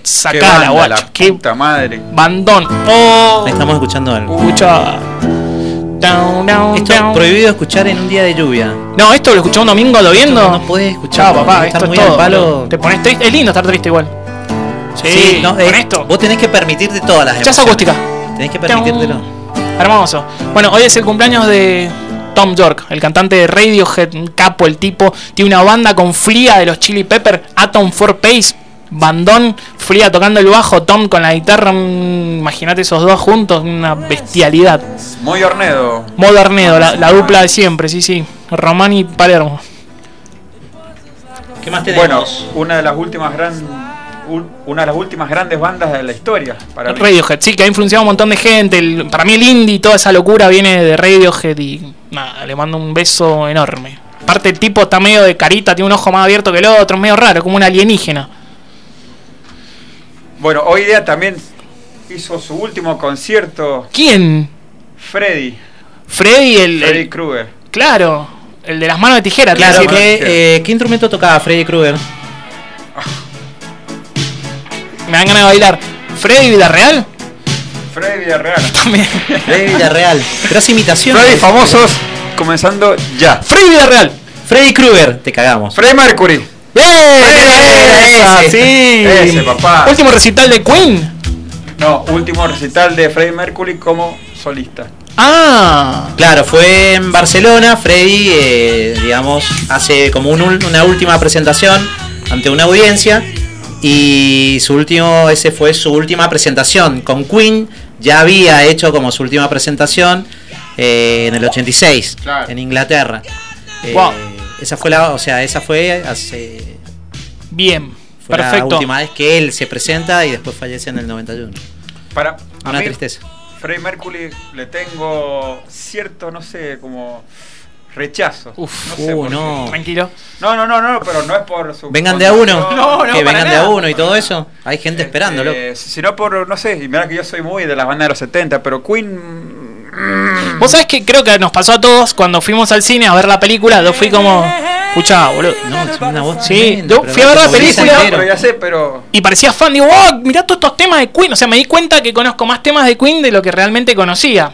S3: Qué
S2: Sacala,
S3: banda,
S2: guacho.
S3: la
S2: Qué
S3: puta madre.
S2: bandón. Oh,
S1: Estamos escuchando algo.
S2: escucha. Down, down,
S1: Esto
S2: down.
S1: prohibido escuchar en un día de lluvia.
S2: No, esto lo escuché un domingo lo viendo.
S1: No, no podés escuchar.
S2: Chao, papá,
S1: Está
S2: esto
S1: muy
S2: es todo.
S1: al palo.
S2: Te pones triste. Es lindo estar triste igual. Sí,
S1: no,
S2: con
S1: eh,
S2: esto.
S1: Vos tenés que permitirte todas las
S2: Chaza
S1: emociones.
S2: acústica.
S1: Tenés que permitírtelo.
S2: Hermoso. Bueno, hoy es el cumpleaños de Tom York, el cantante de Radiohead, un capo el tipo. Tiene una banda con Fría de los Chili Pepper, Atom for Pace, bandón, Fría tocando el bajo, Tom con la guitarra. mm, Imagínate esos dos juntos, una bestialidad.
S3: Muy Ornedo.
S2: Modernedo, la, la dupla de siempre, sí, sí. Román y Palermo.
S1: ¿Qué más tenemos?
S3: Bueno, una de las últimas gran. un- Una de las últimas grandes bandas de la historia. Para mí.
S2: Radiohead, sí, que ha influenciado a un montón de gente. El- para mí el indie, y toda esa locura viene de Radiohead y nada, le mando un beso enorme. Aparte el tipo está medio de carita, tiene un ojo más abierto que el otro, es medio raro, como un alienígena.
S3: Bueno, hoy día también hizo su último concierto
S2: ¿Quién?
S3: Freddy.
S2: Freddy, el... el-
S3: Freddy Krueger.
S2: claro, el de las manos de tijera. te iba a
S1: Claro
S2: decir.
S1: que, eh, ¿qué instrumento tocaba Freddy Krueger?
S2: Ah. Me dan ganas de bailar. ¿Freddy Villarreal?
S3: Freddy Villarreal.
S2: También.
S1: Freddy Villarreal. Pero hace imitaciones.
S3: Freddy famosos. Comenzando ya.
S2: ¡Freddy Villarreal!
S1: Freddy Krueger. Te cagamos.
S3: Freddy Mercury.
S2: ¡Bien!
S1: Ese.
S2: ¡Eh! Ah, Sí.
S3: Ah, Ese, papá.
S2: Último recital de Queen.
S3: No, último recital de Freddie Mercury como solista.
S2: Ah.
S1: Claro, fue en Barcelona. Freddy, eh, digamos, hace como un ul- una última presentación ante una audiencia. Y su último, ese fue su última presentación con Queen. Ya había hecho como su última presentación eh, en el 86
S3: Claro.
S1: en Inglaterra. Eh,
S2: Wow.
S1: Esa fue la, o sea, esa fue hace
S2: Bien.
S1: fue la
S2: Perfecto.
S1: última vez que él se presenta y después fallece en el 91.
S3: Para a
S1: Una
S3: mí,
S1: tristeza.
S3: Freddie Mercury le tengo cierto, no sé, como rechazo.
S2: Uf.
S3: no sé
S1: Uh,
S3: por qué.
S1: no.
S2: Tranquilo.
S3: no, no, no, no, pero no es por su.
S1: Vengan de a uno.
S2: No, no,
S1: que
S2: para
S1: vengan de a
S2: nada.
S1: uno y todo eso. Hay gente
S3: Este,
S1: esperándolo.
S3: Sino por, no sé, y mira que yo soy muy de las bandas de los 70, pero Queen. mm,
S2: Vos sabés que creo que nos pasó a todos cuando fuimos al cine a ver la película. Yo fui como. Escuchá, boludo.
S1: No, tiene una voz
S2: Sí,
S1: tremenda,
S2: yo
S1: pero
S2: fui a ver la
S1: te moviliza
S2: película.
S1: entero.
S3: pero ya sé, pero.
S2: Y parecía fan, digo, wow, mirá todos estos temas de Queen. O sea, me di cuenta que conozco más temas de Queen de lo que realmente conocía.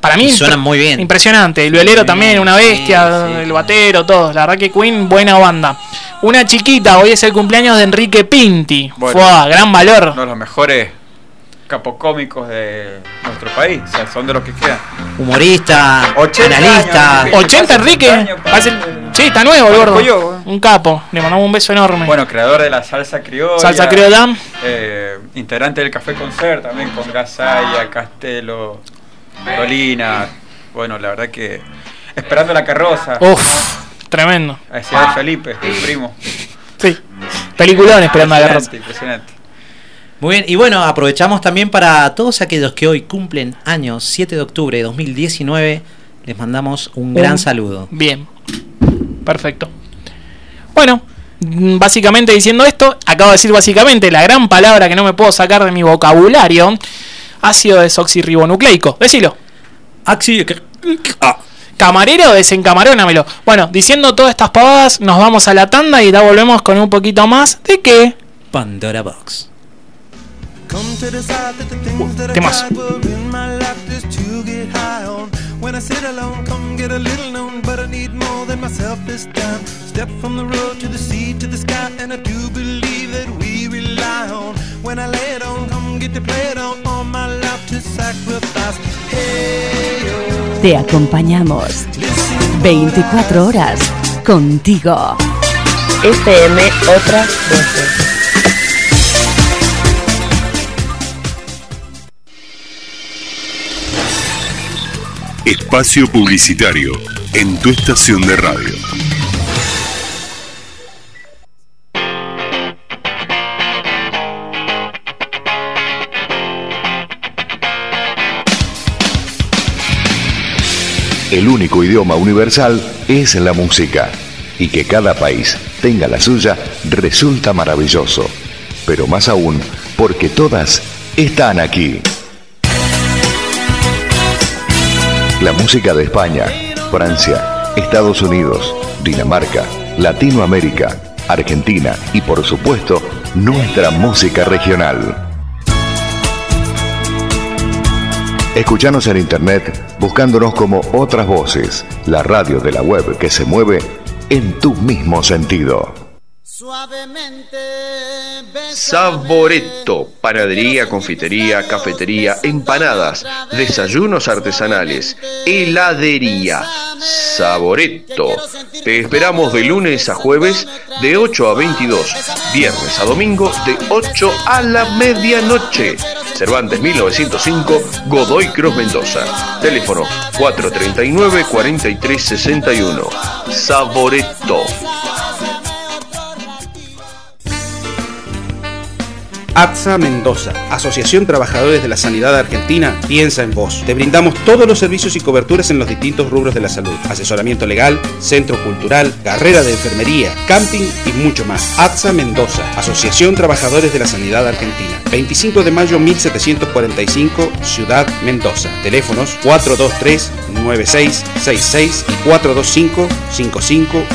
S2: Para mí.
S1: Y suenan
S2: impre-
S1: muy bien.
S2: Impresionante. El violero
S1: Sí,
S2: también, una bestia,
S1: sí, sí.
S2: el batero, todos. La verdad que Queen, buena banda. Una chiquita, hoy es el cumpleaños de Enrique Pinti.
S3: Bueno.
S2: Fua, gran valor.
S3: Uno de los mejores capocómicos de nuestro país. O sea, son de los que quedan.
S1: Humorista,
S3: 80
S1: analista.
S3: años,
S2: 80 Enrique.
S3: años,
S2: Hace-
S3: parece.
S2: Sí, está nuevo, el
S3: Parezco
S2: gordo.
S3: yo, eh.
S2: Un capo. Le mandamos un beso enorme.
S3: Bueno, creador de la salsa criolla.
S2: Salsa criolla.
S3: eh, integrante del Café Concert también con Gasaya, Castelo, Dolina. Bueno, la verdad que. Esperando la carroza.
S2: Uf, tremendo.
S3: Hacia Felipe, el primo.
S2: Sí. Peliculón esperando a la
S3: Impresionante,
S2: carroza.
S3: impresionante.
S1: Muy bien. Y bueno, aprovechamos también para todos aquellos que hoy cumplen años, 7 de octubre de 2019. Les mandamos un, gran saludo.
S2: Bien. Perfecto. Bueno, mm, básicamente diciendo esto, acabo de decir básicamente la gran palabra que no me puedo sacar de mi vocabulario. Ácido desoxirribonucleico. Decilo.
S1: Axi.
S3: ah.
S2: Camarero, desencamarónamelo. Bueno, diciendo todas estas pavadas, nos vamos a la tanda y ya volvemos con un poquito más de qué.
S1: Pandora Box.
S13: Come to decide that the things that I
S2: temazo.
S13: tried were in my life just to get high on. When I sit alone, come get a little known, but I need more than myself. myself this time. Step from the road to the sea to the sky, and I do believe that we rely on. When I lay it on, come get to play it on. All my life to sacrifice. Hey, oh.
S14: Te acompañamos 24 horas contigo.
S15: FM Otras Voces.
S16: Espacio publicitario en tu estación de radio.
S5: El único idioma universal es la música. Y que cada país tenga la suya resulta maravilloso. Pero más aún, porque todas están aquí. La música de España, Francia, Estados Unidos, Dinamarca, Latinoamérica, Argentina y por supuesto nuestra música regional. Escuchanos en internet buscándonos como otras voces, la radio de la web que se mueve en tu mismo sentido.
S17: Saboreto, panadería, confitería, cafetería, empanadas, desayunos artesanales, heladería. Saboreto. Te esperamos de lunes a jueves de 8 a 22, viernes a domingo de 8 a la medianoche. Cervantes 1905, Godoy Cruz Mendoza. Teléfono 439-4361. Saboreto.
S12: ATSA Mendoza, Asociación Trabajadores de la Sanidad Argentina, piensa en vos. Te brindamos todos los servicios y coberturas en los distintos rubros de la salud. Asesoramiento legal, centro cultural, carrera de enfermería, camping y mucho más. ATSA Mendoza, Asociación Trabajadores de la Sanidad Argentina. 25 de mayo 1745, Ciudad Mendoza. Teléfonos 423-9666 y 425-5510.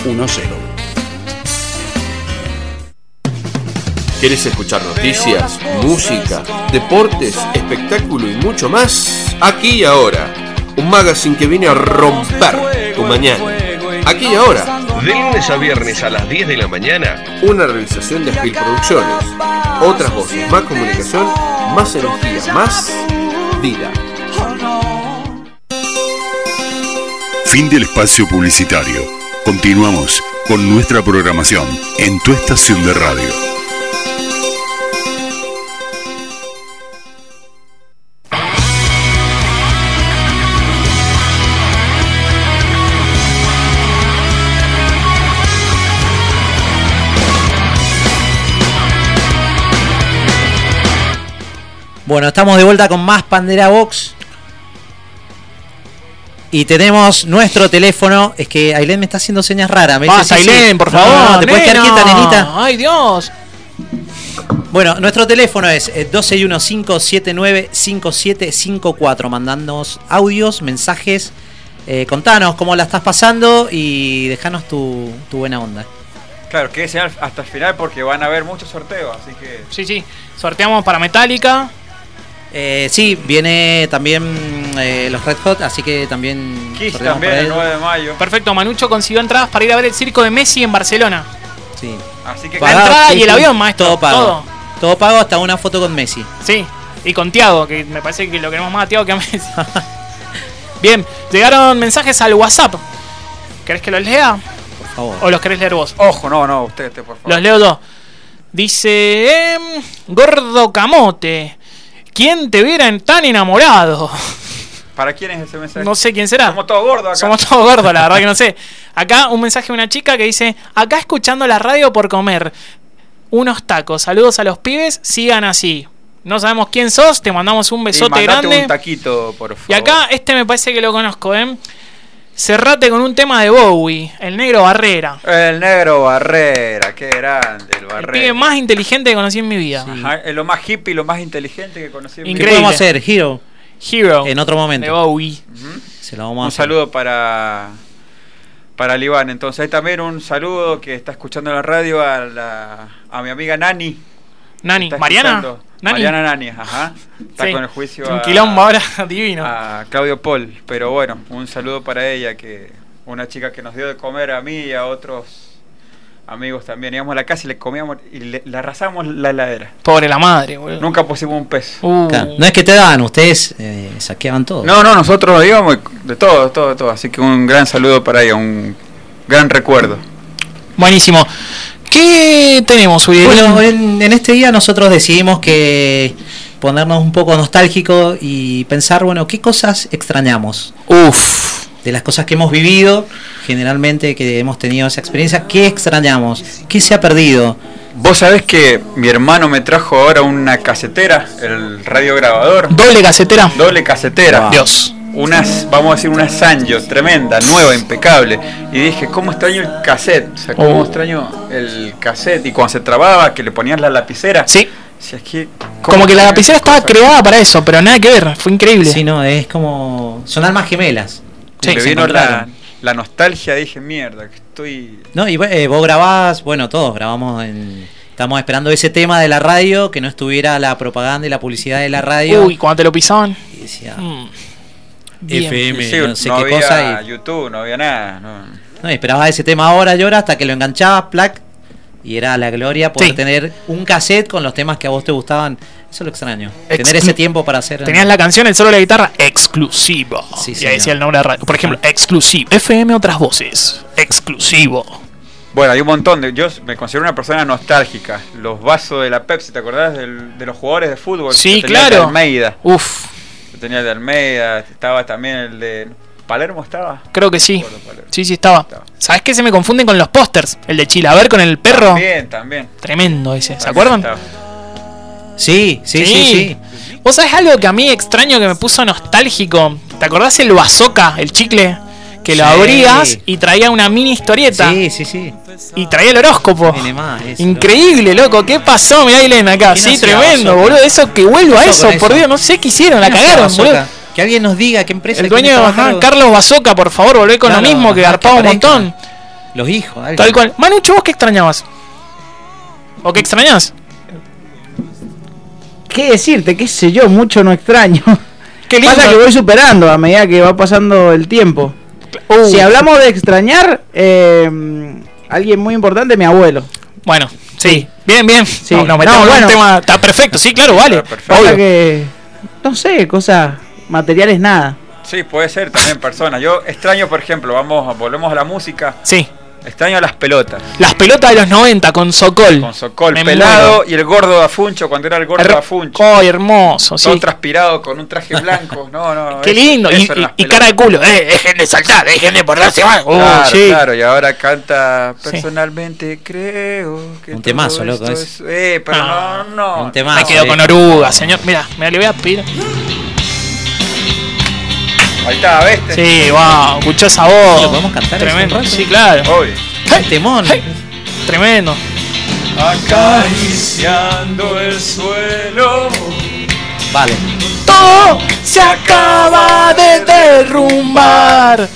S18: ¿Quieres escuchar noticias, música, deportes, espectáculo y mucho más? Aquí y ahora. Un magazine que viene a romper tu mañana. Aquí y ahora.
S17: De lunes a viernes a las 10 de la mañana,
S18: Una realización de Spiel Producciones. Otras voces, más comunicación, más energía, más vida.
S16: Fin del espacio publicitario. Continuamos con nuestra programación en tu estación de radio.
S1: Bueno, estamos de vuelta con más Pandera Box. Y tenemos nuestro teléfono. Es que Ailén me está haciendo señas raras. Me
S2: Pasa,
S1: dice, sí, sí.
S2: Ailén, por
S1: No, no,
S2: favor.
S1: no, te puedes quedar
S2: nena.
S1: quieta, nenita.
S2: Ay, Dios.
S1: Bueno, nuestro teléfono es eh, 1215795754. Mandándonos audios, mensajes. eh, contanos cómo la estás pasando y dejanos tu, tu buena onda.
S3: Claro, quédese al- hasta el final porque van a haber muchos sorteos, así que.
S2: Sí, sí. Sorteamos para Metallica.
S1: Eh, sí, viene también eh, los Red Hot, así que también.
S3: Kiss
S1: sorteamos
S3: también
S1: para
S3: el
S1: él.
S3: 9 de mayo.
S2: Perfecto, Manucho consiguió entradas para ir a ver el circo de Messi en Barcelona.
S1: Sí.
S3: Así que
S2: La entrada y el avión, maestro.
S1: Todo pago.
S2: Todo.
S1: Todo. pago hasta una foto con Messi.
S2: Sí, y con Tiago, que me parece que lo queremos más a Tiago que a Messi. Bien, llegaron mensajes al WhatsApp. ¿Querés que los lea?
S1: Por favor.
S2: ¿O los querés leer vos?
S3: Ojo, no, no, usted, usted, por favor.
S2: Los leo yo. Dice. em, Gordo Camote. ¿Quién te viera en- tan enamorado?
S3: ¿Para quién es ese mensaje?
S2: No sé quién será.
S3: Somos todos gordos acá.
S2: Somos todos gordos, la verdad que no sé. Acá un mensaje de una chica que dice: Acá escuchando la radio por comer. Unos tacos. Saludos a los pibes. Sigan así. No sabemos quién sos. Te mandamos un
S3: Y
S2: besote
S3: mandate
S2: grande.
S3: un taquito, por favor.
S2: Y acá este me parece que lo conozco, ¿eh? Cerrate con un tema de Bowie, el negro Barrera.
S3: El negro Barrera, qué grande el
S2: El
S3: Barrera.
S2: pibe más inteligente que conocí en mi vida.
S3: Ajá, es lo más hippie, lo más inteligente que conocí. en mi
S1: ¿Qué
S3: vida.
S1: podemos hacer? Hero.
S2: Hero.
S1: En otro momento.
S2: De Bowie.
S1: Se lo vamos a
S3: Un
S1: hacer.
S3: saludo para para el Iván. Entonces, hay también un saludo que está escuchando en la radio a, la- a mi amiga Nani.
S2: Nani,
S3: Está
S2: Mariana,
S3: escuchando.
S2: Nani.
S3: Mariana Nani, ajá. Está
S2: Sí,
S3: con el juicio
S2: un
S3: a-
S2: quilombo ahora divino.
S3: a Claudio Paul. Pero bueno, un saludo para ella que una chica que nos dio de comer a mí y a otros amigos también. Íbamos a la casa y le comíamos y le, le arrasamos la heladera.
S2: Pobre la madre, boludo. Uh,
S3: Nunca pusimos un peso.
S1: Claro, No es que te daban, ustedes eh, saqueaban todo.
S3: No, no, nosotros íbamos de todo, de todo, de todo. Así que un gran saludo para ella, un gran recuerdo.
S2: Buenísimo. ¿Qué tenemos hoy?
S1: Bueno, en, en este día nosotros decidimos que ponernos un poco nostálgicos y pensar, bueno, ¿qué cosas extrañamos?
S2: Uf.
S1: De las cosas que hemos vivido, generalmente que hemos tenido esa experiencia, ¿qué extrañamos? ¿Qué se ha perdido?
S3: Vos sabés que mi hermano me trajo ahora una casetera, el radiograbador.
S2: Doble casetera.
S3: Doble casetera.
S2: Wow. Dios.
S3: Unas, vamos a decir, una Sanjo tremenda, nueva, impecable. Y dije, ¿cómo extraño el cassette? O sea, ¿cómo
S2: Oh.
S3: extraño el cassette? Y cuando se trababa, que le ponías la lapicera.
S2: Sí.
S3: Si es que,
S2: Como que la lapicera estaba creada Ah, para eso, pero nada que ver. Fue increíble.
S1: Sí, no, es como. Son almas gemelas.
S3: Me
S1: Se
S3: vino la,
S1: encontraron.
S3: la nostalgia, dije, mierda, que estoy...
S1: No, y eh, vos grabás, bueno, todos grabamos en. Estamos esperando ese tema de la radio, que no estuviera la propaganda y la publicidad de la radio.
S2: Uy, cuando te lo pisaban. Mm. Bien.
S1: FM,
S3: Sí,
S1: no sé qué
S3: había
S1: cosa. Y,
S3: YouTube, no había nada. no.
S1: no, y esperabas ese tema ahora y hora hasta que lo enganchabas, plac. Y era la gloria poder tener un cassette con los temas que a vos te gustaban. Eso es lo extraño.
S2: Ex-
S1: tener ese tiempo para hacer.
S2: Tenías la canción, el solo de la guitarra, exclusivo. y ahí
S1: señor.
S2: decía el nombre de radio. Por ejemplo, exclusivo. FM otras voces. Exclusivo.
S3: Bueno, hay un montón de. Yo me considero una persona nostálgica. Los vasos de la Pepsi, ¿te acordás del- de los jugadores de fútbol?
S2: Sí,
S3: Yo tenía el de
S2: claro.
S3: Almeida.
S2: Uf,
S3: Yo tenía el de Almeida, estaba también el de. ¿Palermo estaba?
S2: creo que sí. Sí, sí, estaba. ¿Sabes qué se me confunden con los pósters? El de Chilaver con el perro.
S3: También, también.
S2: Tremendo ese. ¿Se acuerdan?
S1: Sí, sí, sí, sí.
S2: ¿Vos sabés algo que a mí extraño que me puso nostálgico? ¿Te acordás el bazooka, el chicle? Que lo
S1: Sí.
S2: abrías y traía una mini historieta.
S1: Sí, sí, sí.
S2: Y traía el horóscopo.
S1: Viene más, eso.
S2: Increíble, loco. ¿Qué pasó? Mirá, Elena, acá.
S1: ¿Quién
S2: Sí,
S1: hacía
S2: tremendo,
S1: bazooka?
S2: boludo. Eso que vuelva a
S1: ¿Qué
S2: eso,
S1: pasó con
S2: por
S1: eso?
S2: Dios. No sé qué hicieron. La
S1: ¿Quién hacía
S2: cagaron,
S1: bazooka?
S2: boludo.
S1: Que alguien nos diga qué empresa
S2: El
S1: quién
S2: dueño,
S1: estaba a
S2: ajá,
S1: cargo.
S2: Carlos Bazooka, por favor, volvé con
S1: Claro,
S2: lo mismo, que
S1: ajá,
S2: garpaba un
S1: que aparezca.
S2: montón.
S1: Los hijos, algo.
S2: Tal cual. Manucho, ¿vos qué extrañabas? ¿O qué extrañas?
S8: ¿Qué decirte? ¿Qué sé yo? Mucho no extraño.
S2: Qué lindo.
S8: Pasa que voy superando a medida que va pasando el tiempo.
S2: Uh.
S8: Si hablamos de extrañar, eh, alguien muy importante, mi abuelo.
S2: Bueno, sí. Bien, bien. No, nos
S8: No,
S2: metemos en un
S8: bueno.
S2: tema. Está perfecto, sí, claro, vale.
S8: Pasa
S2: Obvio.
S8: que, no sé, cosas materiales, nada.
S3: Sí, puede ser también personas. Yo extraño, por ejemplo, vamos, volvemos a la música.
S2: Sí.
S3: Extraño las pelotas.
S2: Las pelotas de los 90 con Socol.
S3: Con Socol
S2: Me
S3: pelado
S2: muero.
S3: y el gordo de Afuncho, cuando era el gordo de Afuncho.
S2: ¡Ay, hermoso! Sí.
S3: Todo transpirado con un traje blanco. No, no.
S2: Qué
S3: eso-
S2: lindo. Y,
S3: eso eran
S2: y-
S3: las
S2: y cara de culo. Eh, dejen de saltar, dejen de borrarse más. Oh,
S3: claro,
S2: sí.
S3: claro, y ahora canta personalmente creo que
S1: Un temazo,
S3: todo esto
S1: loco,
S3: es- eh, pero
S2: Ah,
S3: no, no.
S1: un temazo, eh.
S2: Me quedo
S1: sí.
S2: con oruga, señor. Mira, me le voy a pedir.
S3: Ahí está, ¿viste?
S2: Sí, wow, escuchó esa voz.
S1: ¿Lo podemos cantar eso
S2: Tremendo.
S1: un rato?
S2: Sí, claro.
S3: Obvio.
S1: Un temón.
S2: Tremendo.
S3: Acariciando el suelo.
S1: Vale.
S2: Todo se acaba de derrumbar.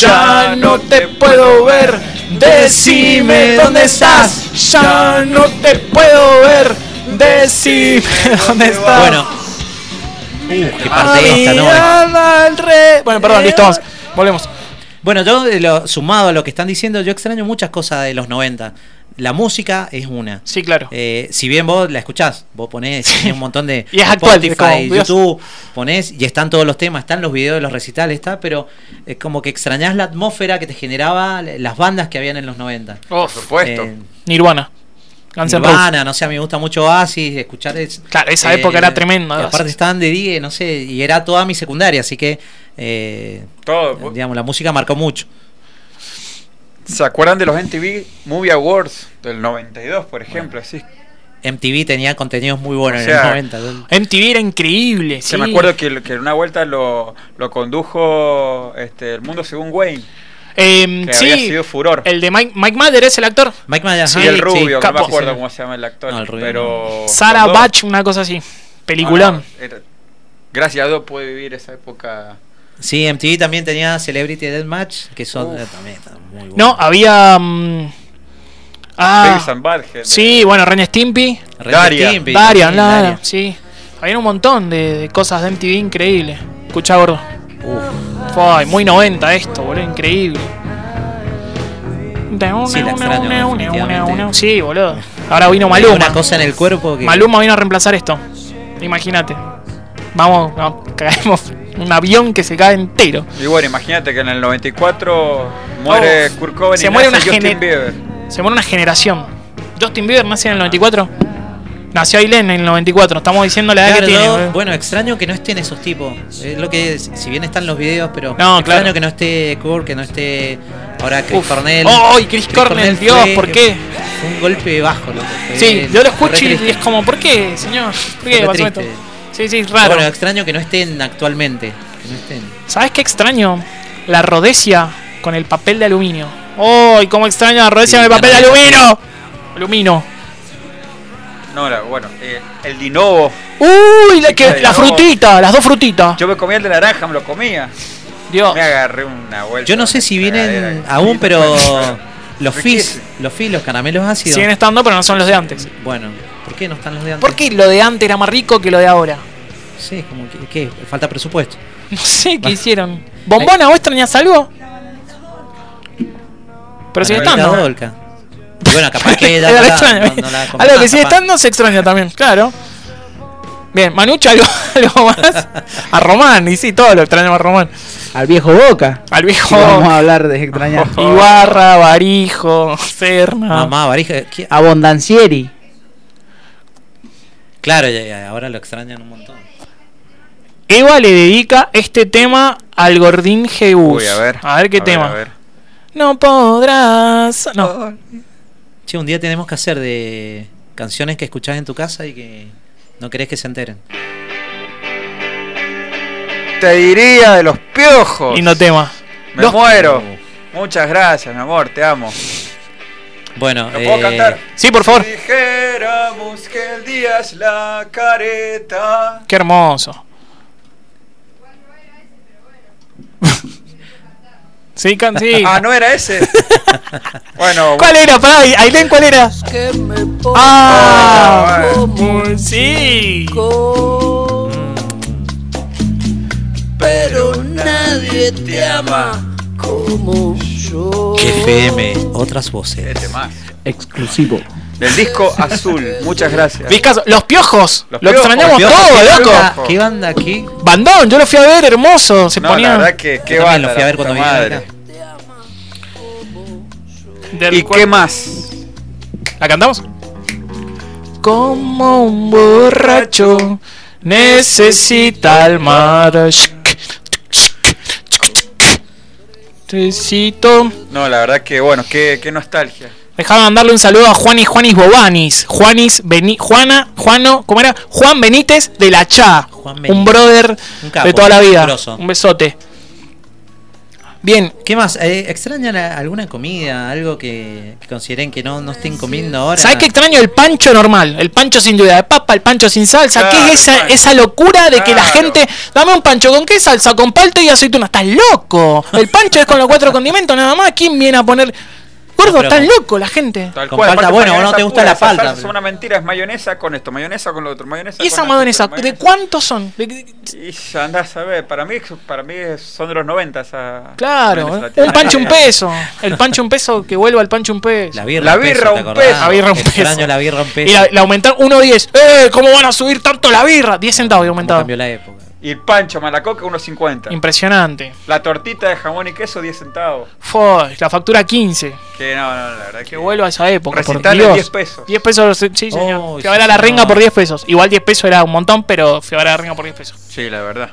S2: Ya no te puedo ver. Decime dónde estás. Ya no te puedo ver. Decime dónde estás.
S1: Bueno. Uh, Qué parte esta, ¿no?
S2: Mirada al re- eh. Bueno, perdón, listo, vamos. Volvemos.
S1: Bueno, yo de lo- sumado a lo que están diciendo, yo extraño muchas cosas de los 90. La música es una.
S2: Sí, claro.
S1: Eh, si bien vos la escuchás, vos ponés tenés un montón de
S2: Y es actual, es como, Dios.
S1: YouTube, ponés y están todos los temas, están los videos de los recitales, está, pero es como que extrañás la atmósfera que te generaba las bandas que habían en los 90.
S3: Por supuesto.
S1: Eh,
S2: Nirvana. Guns N' Roses.
S1: Nirvana, no sé, a mí me gusta mucho Oasis, escuchar es- eh,
S2: Claro, esa época era tremenda,
S1: y aparte
S2: Oasis.
S1: estaban de 10, no sé, y era toda mi secundaria, así que eh,
S3: Todo. pues. ¿Vos
S1: digamos, la música marcó mucho.
S3: ¿Se acuerdan de los MTV Movie Awards del 92, por ejemplo? Así,
S1: MTV tenía contenidos muy buenos
S3: O sea,
S1: en los 90.
S2: MTV era increíble.
S3: Se
S2: Eh, sí.
S3: me acuerdo que, que en una vuelta lo, lo condujo este, El Mundo Según Wayne,
S2: Em,
S3: que había
S2: sí,
S3: sido furor.
S2: el de Mike, Mike Mather es el actor.
S1: Mike Myers,
S3: y el rubio, que no me
S2: capo.
S3: acuerdo cómo se llama el actor.
S1: No, el rubio
S3: pero
S2: Sarah
S3: los dos-
S2: Bach, una cosa así.
S3: No,
S2: Peliculón.
S3: no, era- gracias a Dios pude vivir esa época.
S1: Ah, Sí, MTV también tenía Celebrity Deathmatch, que son
S3: Uf.
S1: eh, también están muy buenos.
S2: No, había. mm, ah,
S3: Babies and Badhead.
S2: sí, bueno, Ren Stimpy,
S1: Ren
S3: Daria.
S1: Stimpy,
S2: Darian,
S1: sí,
S2: Lara,
S1: Daria.
S2: sí. Había un montón de, de cosas de MTV increíble. Escucha, gordo. Fue muy 90 esto, boludo, increíble.
S1: Sí, la extraño, definitivamente.
S2: Sí, boludo. Ahora vino Maluma.
S1: Hay una cosa en el cuerpo que-
S2: Maluma vino a reemplazar esto. Imagínate. Vamos, no, caemos un avión que se cae entero.
S3: Y bueno, imagínate que en el 94 muere
S2: Oh,
S3: Kurt Cobain
S2: se
S3: y
S2: muere
S3: nace
S2: una
S3: Justin
S2: gener-
S3: Bieber.
S2: Se muere una generación. Justin Bieber nació en el 94. Nació Ailén en el 94. Estamos diciendo la edad
S1: Claro,
S2: que tiene. ¿eh?
S1: no,
S2: boludo.
S1: bueno, extraño que no estén esos tipos. Es lo que es, si bien están los videos, pero
S2: No,
S1: extraño
S2: claro.
S1: que no esté Kurt, que no esté ahora Chris
S2: Uf.
S1: Cornell.
S2: Oh, y Chris Cornell, Dios, ¿por qué?
S1: Fue un golpe bajo, loco. Fue-
S2: Sí, yo lo
S1: fue re
S2: escucho y
S1: triste.
S2: es como, ¿por qué, señor? ¿Por
S1: Fue
S2: qué
S1: Eh, re
S2: pasó esto?
S1: triste.
S2: Sí, sí, es raro.
S1: Bueno, extraño que no estén actualmente. Que no estén.
S2: ¿Sabes qué extraño? La rodecia con el papel de aluminio. ¡Oh, y cómo extraño la rodecia con el papel de aluminio! Alumino.
S3: No, la- bueno, eh, el dinovo.
S2: ¡Uy, la, que, la frutita! Las dos frutitas.
S3: Yo me comía el de naranja, me lo comía.
S2: Dios.
S3: Me agarré una vuelta.
S1: Yo no sé si vienen aún, pero los fizz, los fizz, los caramelos ácidos.
S2: Siguen estando, pero no son los de antes.
S1: Bueno, ¿por qué no están los de antes?
S2: ¿Por qué lo de antes era más rico que lo de ahora?
S1: Sí, es como que, ¿qué? falta presupuesto.
S2: No sé qué hicieron. ¿Bombona, vos extrañas algo? Pero sigue
S1: Caramelita
S2: estando.
S1: Dolca. Y Bueno, capaz que ya
S2: Era
S1: no la-
S2: extraño.
S1: no- no la compras
S2: algo que
S1: más,
S2: sigue
S1: capaz.
S2: estando se extraña también, claro. Bien, Manucho, algo, algo más. A Román, y sí, todo lo extraño a Román.
S8: Al viejo Boca.
S2: Al viejo
S8: Si Vamos
S2: Boca.
S8: a hablar de extrañar.
S2: Ibarra, Barijo, Serna.
S1: Mamá, varija. ¿qué?
S8: Abondancieri.
S1: Claro, ya- ya, ahora lo extrañan un montón.
S2: Eva le dedica este tema al Gordín Gebus.
S1: Uy, a ver,
S2: A ver qué
S1: a ver,
S2: tema.
S1: a ver.
S2: No podrás. No.
S1: Che, un día tenemos que hacer de canciones que escuchás en tu casa y que no querés que se enteren.
S3: Te diría de los piojos.
S2: Lindo tema.
S3: Me
S2: Los-
S3: muero.
S1: Uh,
S3: Muchas gracias, mi amor, te amo.
S1: Bueno, eh,
S3: ¿Lo puedo cantar?
S2: Sí, por favor.
S3: Dijéramos que el día es la careta.
S2: Qué hermoso. sí, can sí.
S3: Ah, ¿no era ese? bueno.
S2: ¿Cuál era? Pará, Ailén, ¿cuál era? Ah, sí.
S13: Pero nadie te ama como yo.
S1: FM, otras voces.
S3: Este
S8: Exclusivo.
S3: Del disco azul, muchas gracias.
S2: Vizcazo, los piojos.
S3: Los
S2: lo
S3: Piojos,
S2: extrañamos
S3: Piojos,
S2: todo,
S3: qué
S2: loco.
S3: banda- qué
S1: banda aquí?
S2: Bandón, yo lo fui a ver, hermoso. Se
S3: No,
S2: ponía.
S3: la verdad que qué
S1: Yo también
S3: banda,
S1: lo fui a
S3: la
S1: ver cuando
S3: puta
S1: vine
S3: madre.
S1: acá.
S2: Del
S3: ¿Y
S2: cual-
S3: qué más?
S2: ¿La cantamos? Como un borracho necesita el mar. Necesito.
S3: No, la verdad que bueno, qué, qué nostalgia.
S2: Dejaba mandarle un saludo a Juanis Juanis Bobanis. Juanis Beni- Juana, Juano, ¿cómo era? Juan Benítez de la Chá. un
S1: Benítez.
S2: brother
S1: Un capo,
S2: de toda la vida.
S1: un grosso.
S2: Un besote. Bien.
S1: ¿Qué más? Eh, ¿Extrañan a- alguna comida? ¿Algo que, que consideren que no, no estén comiendo ahora?
S2: ¿Sabes qué extraño? El pancho normal, el pancho sin duda de papa, el pancho sin salsa. ¿Qué es esa, esa locura de que la gente, dame un pancho con qué salsa, con palto y aceituna? ¡Estás loco! El pancho es con los cuatro condimentos nada más. ¿Quién viene a poner? Gordo,
S1: pero
S2: estás
S1: con-
S2: loco la gente.
S3: Tal
S1: Con
S3: cual,
S1: palta,
S3: aparte
S1: bueno,
S3: mayonesa
S1: no te gusta la
S3: esas
S1: palta,
S3: salsas
S1: pero-
S3: son una mentira, es mayonesa con esto, mayonesa con lo otro, mayonesa
S2: ¿Y esa
S3: con aquello,
S2: mayonesa? ¿De cuántos son? ¿De qué-
S3: Y ya andás a ver, para mí, para mí son de los 90 esa.
S2: Claro,
S3: mayonesa
S2: ¿eh?
S3: latina.
S2: un pancho un peso. El pancho un peso que vuelva al pancho un peso.
S1: La birra,
S3: La
S1: un peso,
S3: birra,
S1: ¿te
S3: un
S1: acordás?
S3: peso.
S2: La birra, un peso.
S1: Extraño la birra, un peso.
S2: Y la, la aumentaron 1.10. ¡Eh! ¿Cómo van a subir tanto la birra? 10 centavos y aumentado.
S1: Cambió la época.
S3: Y el pancho, malacoca, 1.50.
S2: Impresionante.
S3: La tortita de jamón y queso, 10 centavos.
S2: Fue, la factura 15.
S3: Que no, no, la verdad que.
S2: Que vuelva a esa época. por
S3: Recitales,
S2: Dios.
S3: 10 pesos.
S2: 10 pesos, sí, señor.
S3: Oh,
S2: fui a ver a la
S3: señor.
S2: renga por 10 pesos. Igual 10 pesos era un montón, pero fui a ver a la renga por 10 pesos.
S3: Sí, la verdad.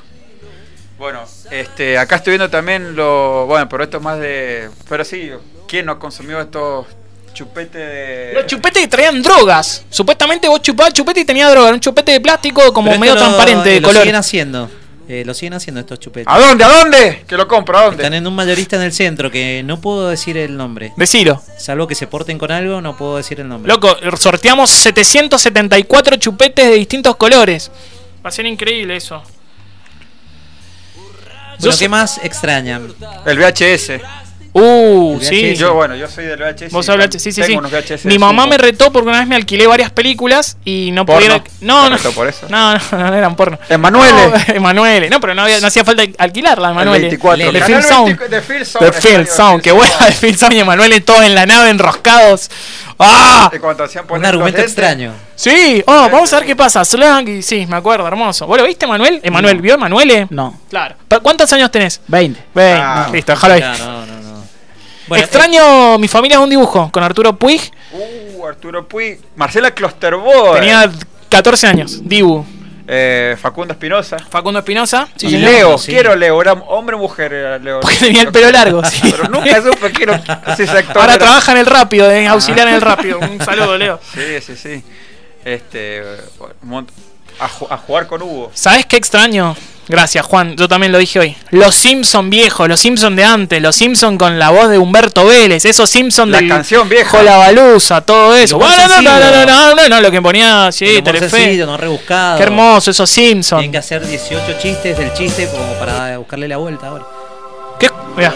S3: Bueno, este, acá estoy viendo también lo. Bueno, pero esto es más de. Pero sí, ¿quién no consumió estos chupetes de.
S2: Los chupetes que traían drogas. Supuestamente vos chupabas chupete y tenía droga. Era un chupete de plástico como
S1: Pero
S2: medio
S1: esto lo-
S2: transparente
S1: eh,
S2: de
S1: lo
S2: color.
S1: siguen haciendo. Eh, lo siguen haciendo estos chupetes.
S3: ¿A dónde? ¿A dónde? Que lo compro, ¿a dónde?
S1: Están en un mayorista en el centro que no puedo decir el nombre.
S2: Decilo.
S1: Salvo que se porten con algo, no puedo decir el nombre.
S2: Loco, sorteamos 774 chupetes de distintos colores. Va a ser increíble eso.
S1: Bueno,
S2: Yo
S1: ¿qué
S2: sé-
S1: más extrañan?
S3: El VHS.
S2: Uh, sí.
S3: Yo, bueno, yo soy del VHS.
S2: Vos
S3: y
S2: hablaste, sí, sí,
S3: tengo
S2: sí.
S3: unos VHS
S2: Mi mamá
S3: sumo.
S2: me retó porque una vez me alquilé varias películas y no
S3: Porno.
S2: pudiera. No,
S3: ¿Te
S2: no.
S3: retó por eso?
S2: No, no, no eran porno.
S3: Emanuele.
S2: No, Emanuele. No, pero no, había- no hacía falta alquilarla, Emanuele.
S3: 24.
S2: De
S3: Canal
S2: Film
S3: 24,
S2: Sound.
S3: de Film Sound,
S2: De
S3: el
S2: Film
S3: horario
S2: Sound. Qué buena de Film Sound y Emanuele todos en la nave enroscados. ¡Ah!
S3: Y cuando hacían poner
S1: Un argumento
S3: los lentes,
S1: extraño.
S2: Sí, oh, vamos a ver qué pasa. Slanky, sí, me acuerdo, hermoso. ¿Vos lo viste, Manuel? ¿Emanuel? ¿Vio Emanuele?
S1: No.
S2: Claro. ¿Pa- ¿Cuántos años tenés?
S1: 20.
S2: 20.
S3: Ah.
S2: Listo, déjalo ahí.
S1: Ya, no, no, no.
S2: Bueno,
S3: eh,
S2: Extraño, mi familia es un dibujo con Arturo Puig.
S3: Uh, Arturo Puy. Marcela Klosterboer.
S2: Tenía 14 años, Dibu.
S3: Eh, Facundo Espinosa.
S2: Facundo Espinosa.
S3: Y
S2: señor.
S3: Leo,
S2: Sí.
S3: quiero Leo. Era hombre o mujer era Leo.
S2: Porque tenía el pelo largo, sí.
S3: Pero nunca supe que era ese actor.
S2: Ahora
S3: era-
S2: trabaja en el rápido, en auxiliar en el rápido. Un saludo, Leo.
S3: Sí, sí, sí. Este, eh, mont- a, ju- a jugar con Hugo.
S2: ¿Sabes qué extraño? Gracias, Juan. Yo también lo dije hoy. Los Simpson viejos, los Simpson de antes, los Simpson con la voz de Humberto Vélez, esos Simpson
S3: La
S2: del
S3: canción vieja.
S2: Jolabalusa, todo eso.
S1: Lo más
S2: Bueno, no, no, no, no,
S1: sencillo.
S2: no, no, no, lo que ponía, sí,
S1: Lo más
S2: Telefe.
S1: sencillo, no
S3: Ah.
S1: rebuscado.
S2: Qué hermoso, esos Simpson.
S1: Tienen que hacer 18 chistes del chiste como para buscarle la vuelta ahora.
S2: ¿Qué? Mirá.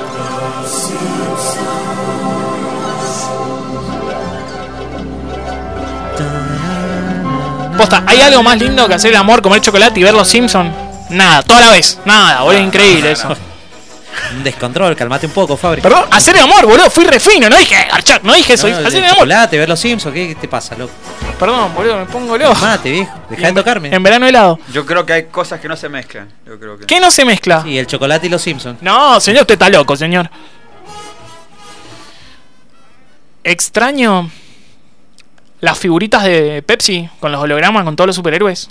S2: Posta, ¿hay algo más lindo que hacer el amor, comer chocolate y ver los Simpson? Nada, toda la vez.
S1: Ah,
S2: Nada, boludo, Ah, increíble eso.
S1: Un descontrol, calmate un poco, Fabri.
S2: Perdón, hacer el amor, boludo, fui refino, no dije garchar, no dije eso,
S1: No, no,
S2: hacer
S1: de
S2: el amor.
S1: chocolate, ver los Simpsons, ¿qué qué te pasa, loco?
S2: Perdón, boludo, me pongo loco.
S1: Mate, viejo, deja de tocarme.
S2: En verano helado.
S3: Yo creo que hay cosas que no se mezclan. Yo creo que.
S2: ¿Qué no se mezcla?
S1: Y el chocolate y los Simpsons.
S2: No, señor, usted está loco, señor. Extraño las figuritas de Pepsi con los hologramas, con todos los superhéroes.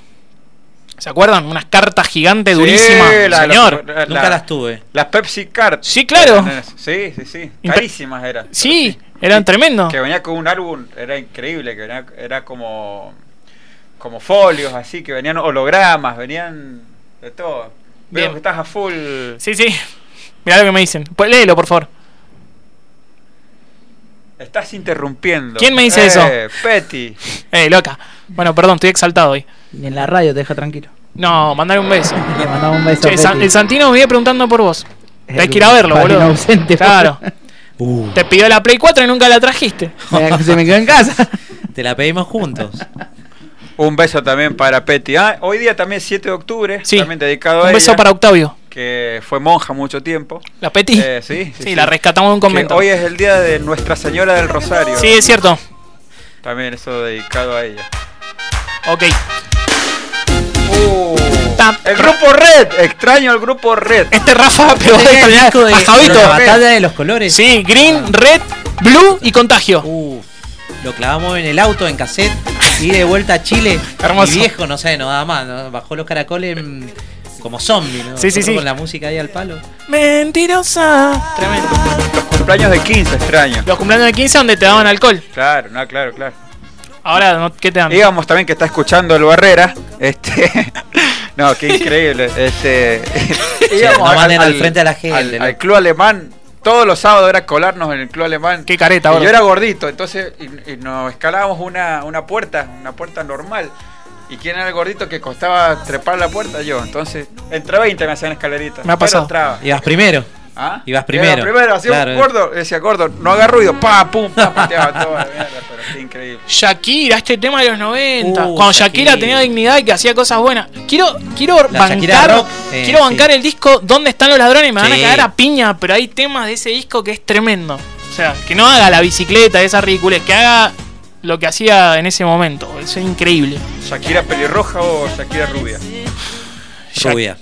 S2: ¿Se acuerdan? Unas cartas gigantes
S3: Sí,
S2: durísimas,
S3: la-
S2: señor.
S3: la- la-
S1: Nunca las tuve.
S3: Las Pepsi Card.
S2: Sí, claro.
S3: Sí, sí, sí.
S2: Impe-
S3: Carísimas eran.
S2: Sí, eran tremendo.
S3: Que venía con un álbum, era increíble, que venía- era como como folios así, que venían hologramas, venían de todo. Veo
S2: Bien.
S3: que estás a full.
S2: Sí, sí. Mirá lo que me dicen. Pues léelo, por favor.
S3: Estás interrumpiendo.
S2: ¿Quién me dice
S3: Eh,
S2: eso?
S3: Petty.
S2: Eh, loca. Bueno, perdón, estoy exaltado hoy.
S8: Ni en la radio te deja tranquilo.
S2: No, mandale un beso.
S8: Le mandamos un beso.
S2: Che, San- el Santino me viene preguntando por vos. Hay que ir a verlo,
S8: padrino
S2: boludo.
S8: ausente.
S2: Claro.
S1: Uh.
S2: Te pidió la Play 4 y nunca la trajiste.
S8: Se me quedó en casa.
S1: Te la pedimos juntos.
S3: Un beso también para Petty. Ah, hoy día también 7 de octubre,
S2: Sí.
S3: también dedicado a
S2: Un beso
S3: ella,
S2: para Octavio.
S3: que fue monja mucho tiempo.
S2: La Peti.
S3: Eh, sí, sí,
S2: sí,
S3: sí.
S2: la rescatamos de un
S3: Que
S2: convento.
S3: hoy es el día de Nuestra Señora del Rosario.
S2: Sí, es cierto.
S3: También eso dedicado a ella.
S2: Ok.
S3: Uh,
S2: Ta-
S3: el grupo Red, extraño el grupo Red.
S2: Este Rafa pegó de
S1: Tenía el
S2: extrañar
S1: disco de-
S2: a Javito.
S1: de La batalla de los colores.
S2: Sí, green, red, blue y contagio.
S1: Uf, lo clavamos en el auto, en cassette, y de vuelta a Chile.
S2: Hermoso.
S1: Mi viejo, no sé, no daba más. ¿no? Bajó los caracoles mm, como zombie, ¿no?
S2: Sí, sí,
S1: Nosotros
S2: sí.
S1: Con la música ahí al palo.
S2: Mentirosa. Tremendo.
S3: Los cumpleaños de 15, extraño.
S2: Los cumpleaños de 15 donde te daban alcohol.
S3: Claro, no, claro, claro.
S2: Ahora, no- ¿qué te dan?
S3: Digamos también que está escuchando el Barrera. Este. no, qué increíble. Este. íbamos
S1: no manden al frente a la gente,
S3: al-
S1: ¿no?
S3: al club alemán. Todos los sábados era colarnos en el club alemán.
S2: Qué careta,
S3: Y
S2: boludo.
S3: yo era gordito, entonces y, y nos escalábamos una, una puerta, una puerta normal. ¿Y quién era el gordito que costaba trepar la puerta? Yo. Entonces, entre 20 me hacían escalerita.
S2: Me ha
S3: pero
S2: pasado.
S3: entraba.
S1: Ibas primero.
S3: ¿Ah?
S1: Ibas
S3: Era
S1: primero.
S3: primero, hacía
S1: Claro.
S3: un gordo, decía gordo, no haga ruido, pa, pum, pa, pateaba todo, la mierda, pero qué increíble.
S2: Shakira, este tema de los 90.
S1: Uh,
S2: cuando Shakira,
S1: Shakira.
S2: tenía dignidad y que hacía cosas buenas. Quiero, quiero
S1: La
S2: bancar,
S1: Shakira rock, eh,
S2: quiero bancar
S1: sí.
S2: el disco ¿Dónde están los ladrones? Me van a
S1: Sí.
S2: cagar a piña, pero hay temas de ese disco que es tremendo. O sea, que no haga la bicicleta, esa ridiculez, que haga lo que hacía en ese momento. Eso es increíble.
S3: ¿Shakira pelirroja o Shakira rubia?
S2: Shak-
S1: Rubia.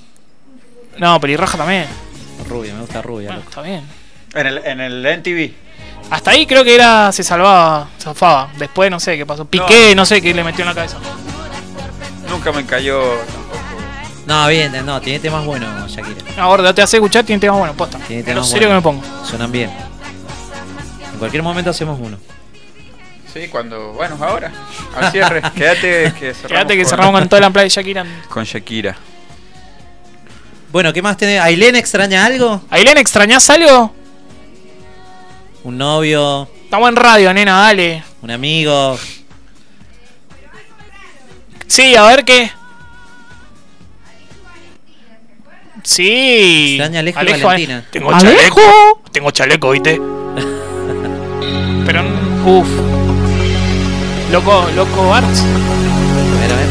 S2: No, pelirroja también.
S1: Rubia, me gusta rubia.
S2: Bueno,
S1: loco.
S2: está bien.
S3: En el, en el NTV.
S2: Hasta ahí creo que era se salvaba, zafaba. Después no sé qué pasó. Piqué, no, sé qué le metió en la cabeza.
S3: Nunca me cayó.
S1: No, bien, no, tiene temas buenos, Shakira.
S2: Ahora te hace escuchar, tiene temas buenos, posta.
S1: Tiene
S2: En lo
S1: temas
S2: serio que me
S1: buenos.
S2: pongo.
S1: Suenan bien. En cualquier momento hacemos uno.
S3: Sí, cuando. Bueno, ahora. Al cierre. Quédate que cerramos.
S2: Quédate que cerramos con toda la playa de Shakira.
S3: Con Shakira.
S1: Bueno, ¿qué más tiene? ¿Ailén extraña algo?
S2: Ailén, ¿extrañás algo?
S1: Un novio,
S2: Estamos en radio, nena, dale.
S1: un amigo.
S2: Sí, a ver qué. Sí.
S1: Extraña Alejo y
S2: Alejo,
S1: Valentina.
S2: eh. Tengo
S1: ¿Alejo?
S2: chaleco. Tengo chaleco, ¿viste? Pero, mm, uff. Loco, loco Arts.
S1: A ver, a ver.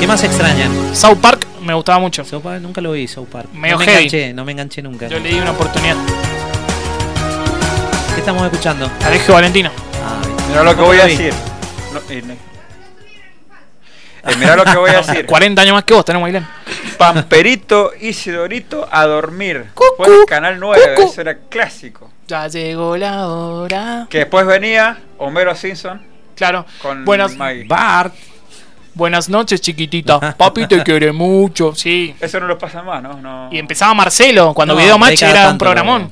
S1: ¿Qué más extrañan?
S2: South Park me gustaba mucho.
S1: South Park, nunca lo vi, South Park.
S2: Medio
S1: no me
S2: heavy.
S1: enganché, no me enganché nunca.
S2: Yo le di una oportunidad.
S1: ¿Qué estamos escuchando?
S2: Alejo Valentino.
S1: Ah,
S3: Mirá lo que voy a decir. Eh, mirá lo que voy a decir.
S2: 40 años más que vos tenemos, Ailén.
S3: Pamperito Isidorito a dormir. Fue el Canal 9, eso era clásico.
S2: Ya llegó la hora.
S3: Que después venía Homero Simpson
S2: Claro.
S3: con
S2: Buenas-
S3: Maggie.
S2: Bart. Buenas noches, chiquitita. Papi te quiere mucho. Sí.
S3: Eso no lo pasa más, ¿no? no.
S2: Y empezaba Marcelo cuando
S1: No,
S2: Video
S1: de
S2: Match
S1: cada
S2: era un
S1: tanto,
S2: programón.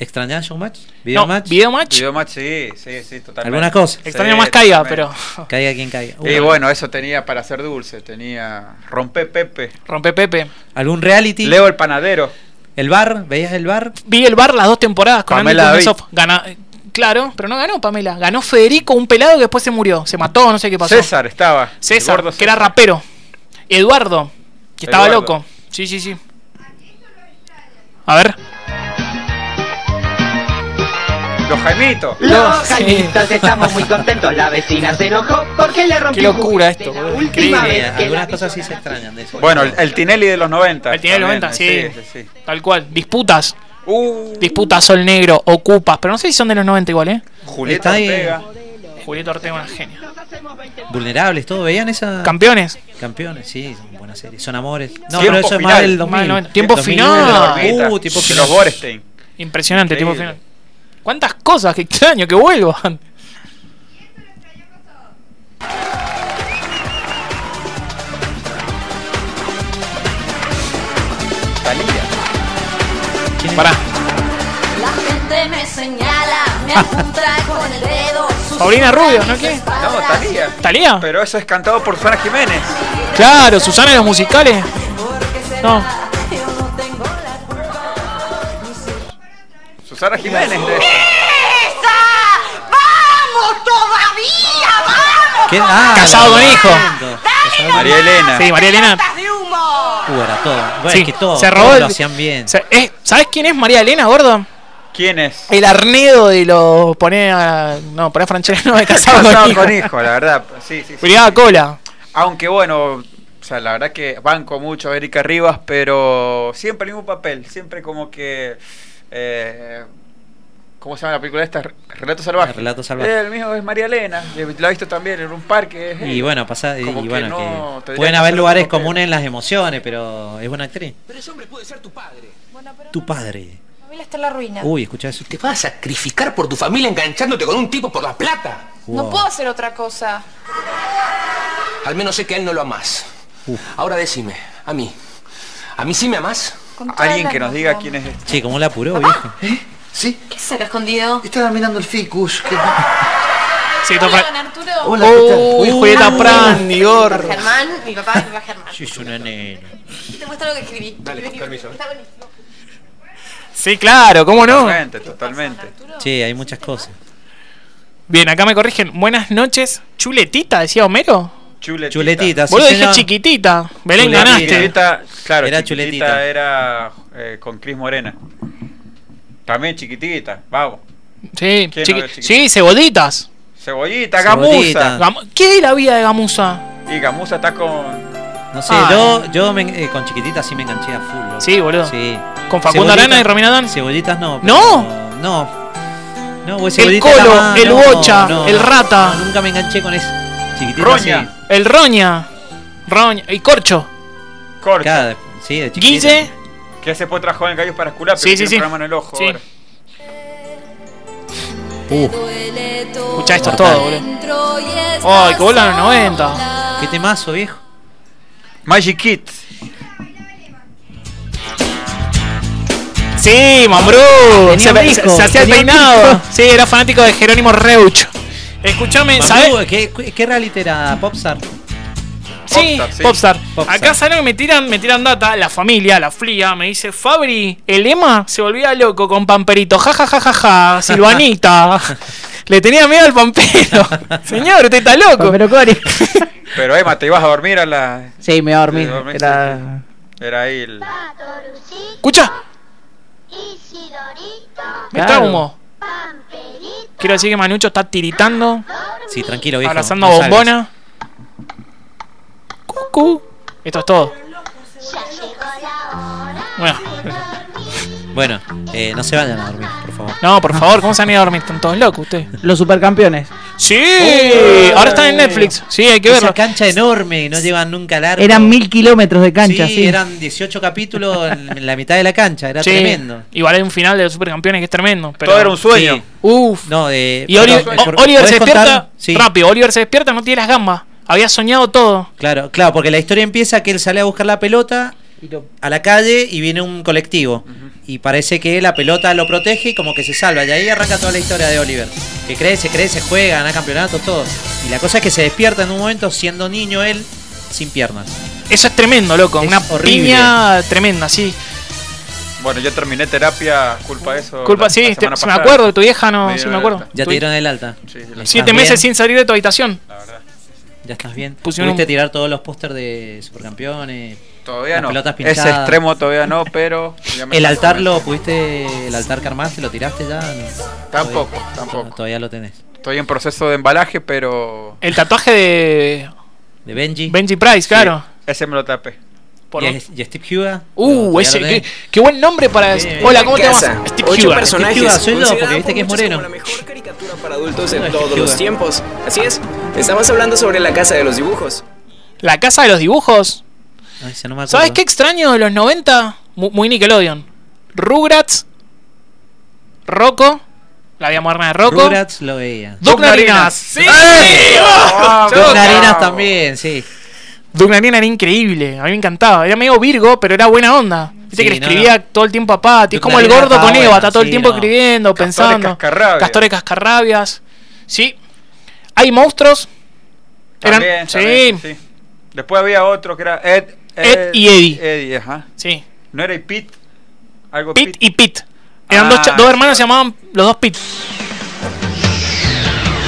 S1: ¿Extrañan Showmatch?
S2: No, Video Match.
S3: Video Match, sí, sí, sí, totalmente.
S1: Algunas cosas.
S2: Extraño más caiga, pero.
S1: Caiga quien caiga.
S3: Y bueno, eso tenía para hacer dulce, tenía Rompe Pepe,
S2: Rompe Pepe.
S1: ¿Algún reality?
S3: Leo el Panadero.
S1: ¿El bar? ¿Veías el bar?
S2: Vi el bar las dos temporadas con Andy
S3: Pamela
S2: Kuznetsov. Gana... Claro, pero no ganó Pamela. Ganó Federico, un pelado que después se murió. Se mató, no sé qué pasó.
S3: César estaba.
S2: César,
S3: Eduardo
S2: que era
S3: César.
S2: rapero. Eduardo, que estaba
S3: Eduardo.
S2: loco. Sí, sí, sí. A ver.
S3: Los Jaimitos.
S2: Los
S19: Jaimitos estamos muy contentos. La vecina se enojó porque le rompió.
S2: Qué locura esto, boludo.
S19: última
S2: Increíble.
S19: vez que la
S1: Algunas cosas sí se extrañan de eso.
S3: Bueno, el, el Tinelli de los 90.
S2: El Tinelli de los 90, sí.
S3: sí, sí.
S2: Tal cual. Disputas.
S3: Uh,
S2: Disputas Sol Negro, Ocupas. Pero no sé si son de los 90 igual, ¿eh?
S3: Julieta
S1: Está ahí.
S3: Ortega.
S2: Julieta Ortega, una genia.
S1: Vulnerables, todo. ¿Veían esa?
S2: Campeones.
S1: Campeones, sí, son buenas series. Son amores. No,
S2: Tiempo
S1: pero eso es más
S2: final.
S1: del
S2: Más
S1: 2000.
S2: del 90. Tiempo
S1: 2001,
S2: final.
S1: de los- Uh,
S3: Rita,
S1: tiempo
S3: de
S1: final.
S3: los Borstein.
S2: Impresionante, tipo
S3: Increíble.
S2: final. ¿Cuántas cosas? Qué extraño que vuelvan. Pará.
S20: La gente me señala, me apunta con el dedo.
S2: Paulina Rubio, ¿no qué?
S3: No, Talía.
S2: ¿Talía?
S3: Pero eso es cantado por Susana Jiménez.
S2: Claro, Susana de los musicales. No.
S3: Susana Jiménez. de-
S20: ¡Vamos todavía! ¡Vamos!
S1: ¿Qué? Ah,
S2: Casado con hijo.
S3: María Elena.
S2: Sí, María Elena.
S1: Uh, era todo. Bueno,
S2: Sí,
S1: es que todo.
S2: se
S1: todo
S2: robó el-
S1: Lo hacían bien.
S2: Se- eh, ¿Sabes quién es María Elena, gordo?
S3: ¿Quién es?
S2: El arnedo de los. Poné a. No, poné a Franchella, no de casado,
S3: Casado
S2: con hijo.
S3: con hijo, la verdad. Sí, sí, sí.
S2: Brigada Cola.
S3: Aunque bueno, o sea, la verdad que banco mucho a Erika Rivas, pero siempre el mismo papel, siempre como que... eh, ¿Cómo se llama la película esta? Relatos salvajes.
S1: Ah, Relatos salvajes.
S3: El mismo es María Elena, la he visto también en un parque. eh,
S1: Y bueno, pasa, y
S3: como que
S1: bueno,
S3: no, tendría
S1: que
S3: que
S1: pueden
S3: hacer
S1: haber
S3: otro
S1: lugares
S3: papel.
S1: comunes en las emociones, pero es buena actriz.
S21: Pero ese hombre puede ser tu padre. Bueno, pero
S1: Tu padre.
S21: tu familia está en la ruina.
S1: Uy, escucha eso.
S21: ¿Te vas a sacrificar por tu familia enganchándote con un tipo por la plata?
S1: Wow.
S21: No puedo hacer otra cosa. Al menos sé que a él no lo amás. Ahora decime, a mí. ¿A mí sí me amás?
S3: Alguien que nos diga quién es este.
S1: Che, ¿cómo la apuró, viejo?
S21: ¿Sí? ¿Qué saca escondido? Estaba mirando el ficus.
S2: Sí, esto fue-
S20: Arturo.
S21: Hola, ¿qué tal?
S2: Uy, Julieta Prandi, gordo.
S20: Germán, mi papá, mi papá Germán.
S1: Sí, es una nena.
S20: Te muestro lo que escribí.
S21: Dale, con permiso.
S20: Está buenísimo.
S2: Sí, claro, ¿cómo no?
S3: Totalmente, totalmente.
S1: Che, hay muchas cosas.
S2: Bien, acá me corrigen. Buenas noches. Chuletita, decía Homero.
S3: Chuletita.
S1: Chuletita, sí,
S2: Vos dije
S1: señor.
S2: chiquitita. Belén,
S1: Chuletita.
S2: ganaste.
S3: Chuletita, claro,
S1: Era
S3: era
S1: chuletita.
S3: chuletita. Era eh, con Cris Morena. También chiquitita, vamos.
S2: Sí,
S3: ¿Quién
S2: chiqui-
S3: no es chiquitita?
S2: sí, cebollitas.
S3: Cebollita,
S1: Cebollita.
S3: gamusa.
S2: Gam- ¿Qué es la vida de Gamusa?
S3: Y gamusa está con.
S1: No sé,
S2: Ay.
S1: yo, yo me, eh, con chiquitita sí me enganché a full. loco.
S2: Sí, boludo.
S1: Sí.
S2: Con Facundo
S1: Cebollitas-
S2: Arana y Romina Dan.
S1: Cebollitas no. pero-
S2: No.
S1: No. No, vos
S2: El
S1: Cebollitas
S2: Colo,
S1: era más-
S2: el
S1: no,
S2: Bocha,
S1: no,
S2: el
S1: no,
S2: Rata,
S1: no, nunca me enganché con eso. Chiquitita
S3: Roña.
S1: sí.
S2: el Roña. Roña. Y Corcho.
S3: Corcho.
S1: Cada- sí, eh. de chiquitita.
S2: Guille.
S3: Que hace poco trabajó en Gallos para Esculapio.
S2: Sí,
S3: que
S2: sí,
S3: tiene
S2: sí.
S3: un programa en el ojo.
S2: Sí.
S3: ahora.
S1: Uh,
S2: Escuchá esto todo, boludo. Ay, que vuelan los 90.
S1: qué temazo, viejo.
S3: Magic Kids.
S2: Sí, Mambrú.
S1: Tenía
S2: Se,
S1: un
S2: se-
S1: hijo,
S2: se hacía el
S1: tenía un
S2: peinado.
S1: hijo.
S2: Sí, era fanático de Jerónimo Reuch. Escuchame, ¿sabes?
S1: Mambrú, ¿Qué, qué- qué reality era? Popstar.
S2: Sí,
S3: Popstar, sí.
S2: Popstar.
S1: Popstar.
S2: Acá saben que me tiran, me tiran data, la familia, la flia, me dice Oh, Fabri, el Ema se volvía loco con Pamperito, ja ja ja ja ja, Silvanita. Le tenía miedo al pampero. Señor, usted está loco.
S8: Pero Cori.
S3: Pero Emma, te ibas a dormir a la.
S8: Sí, me iba a dormir.
S3: Te dormiste.
S8: Era...
S3: Era ahí el.
S2: ¡Escucha! Me
S1: Claro.
S2: traumo. Quiero decir que Manucho está tiritando,
S1: Sí, tranquilo, viejo.
S2: abrazando
S1: no
S2: a
S1: salgas.
S2: bombona. Cucu. Esto es todo. Bueno,
S1: Bueno, eh, no se vayan a dormir, por favor.
S2: no, por favor, ¿cómo se han ido a dormir? Están todos locos ustedes.
S8: Los supercampeones.
S2: ¡Sí! Ahora están en Netflix. Sí, hay que verlo.
S1: Esa cancha enorme, no llevan nunca largo.
S8: Eran mil kilómetros de cancha, sí.
S1: Sí, eran 18 capítulos en en la mitad de la cancha, era
S2: Sí,
S1: tremendo.
S2: Igual hay un final de los supercampeones que es tremendo. Pero...
S3: Todo era un sueño.
S1: Sí.
S2: Uf.
S1: No, eh,
S2: Y Oli-
S1: perdón,
S2: O-
S1: por-
S2: Oliver
S1: ¿podés
S2: se
S1: contar?
S2: despierta
S1: Sí,
S2: rápido. Oliver se despierta, no tiene las gambas. Había soñado todo.
S1: Claro, claro, porque la historia empieza que él sale a buscar la pelota a la calle y viene un colectivo. Y parece que la pelota lo protege y como que se salva. Y ahí arranca toda la historia de Oliver. Que crece, crece, juega, gana campeonatos, todo. Y la cosa es que se despierta en un momento siendo niño él sin piernas.
S2: Eso es tremendo, loco.
S1: Es
S2: Una
S1: horrible.
S2: piña tremenda, sí.
S3: Bueno, yo terminé terapia, culpa de eso.
S2: Culpa,
S3: la- la
S2: sí, te-
S3: semana
S2: se me
S3: pasada.
S2: acuerdo, tu vieja no,
S3: Me
S2: sí
S3: dieron
S2: me acuerdo.
S1: Ya
S2: Tu-
S1: te dieron el alta.
S3: Sí, la-
S2: Siete
S1: ¿Estás
S2: meses
S1: bien?
S2: sin salir de tu habitación.
S1: Ya estás bien.
S2: Pusieron
S1: Pudiste
S2: un-
S1: tirar todos los pósters de supercampeones.
S3: Todavía
S1: las
S3: no.
S1: pelotas
S3: Ese
S1: pintadas.
S3: extremo todavía no, pero. ya me
S1: ¿El
S3: está
S1: altar
S3: comiendo.
S1: lo pudiste, el altar que armaste, lo tiraste ya? No.
S3: Tampoco,
S1: Todavía-
S3: tampoco.
S1: Todavía lo tenés.
S3: Estoy en proceso de embalaje, pero.
S2: El tatuaje de
S1: De Benji.
S2: Benji Price, claro.
S3: Ese me lo tapé.
S2: Por-
S1: ¿Y, el- y Steve Huga?
S2: Uh,
S1: Todavía
S2: ese,
S1: lo tenés.
S2: qué, qué buen nombre para.
S1: Bien.
S2: Hola, ¿cómo te llamas?
S1: Casa.
S2: Steve
S1: Ocho
S2: Huga.
S1: personajes.
S2: Steve Huga, soy yo,
S1: Considerado
S2: porque viste que es
S1: por
S2: moreno.
S4: para adultos
S1: No,
S4: en
S1: es
S4: todos
S1: que
S4: los
S1: ayuda.
S4: tiempos. Así es, estamos hablando sobre la casa de los dibujos.
S2: La casa de los dibujos.
S1: Ay, se no me acuerdo.
S2: ¿Sabes qué extraño de los 90? Mu- Muy Nickelodeon. Rugrats. Rocco. La vida moderna de Rocco.
S1: Rugrats lo veía.
S2: Doc
S1: Doc Narinas.
S2: Narinas. ¡Sí!
S1: ¡Eh!
S2: ¡Ah!
S1: Doc Narinas también, sí.
S2: Doug Narinas era increíble, a mí me encantaba. Era medio virgo, pero era buena onda. Viste
S1: Sí,
S2: que le
S1: no,
S2: escribía todo el tiempo a Patty. Es
S1: Doug
S2: como el
S1: Narinas
S2: gordo
S1: estaba
S2: con Eva,
S1: bueno,
S2: está todo el
S1: sí,
S2: tiempo
S1: no.
S2: escribiendo, pensando.
S3: Cascarrabias.
S2: Castores cascarrabias. Sí. Hay monstruos. Eran-
S3: También,
S2: sí.
S3: también, sí. Después había otro que era Ed,
S2: Ed y Eddie.
S3: Eddie, ajá.
S2: Sí.
S3: ¿No era y Pete? Algo
S2: Pit y Pit. Eran
S3: Ah,
S2: dos, cha- dos hermanos, se llamaban los dos Pit.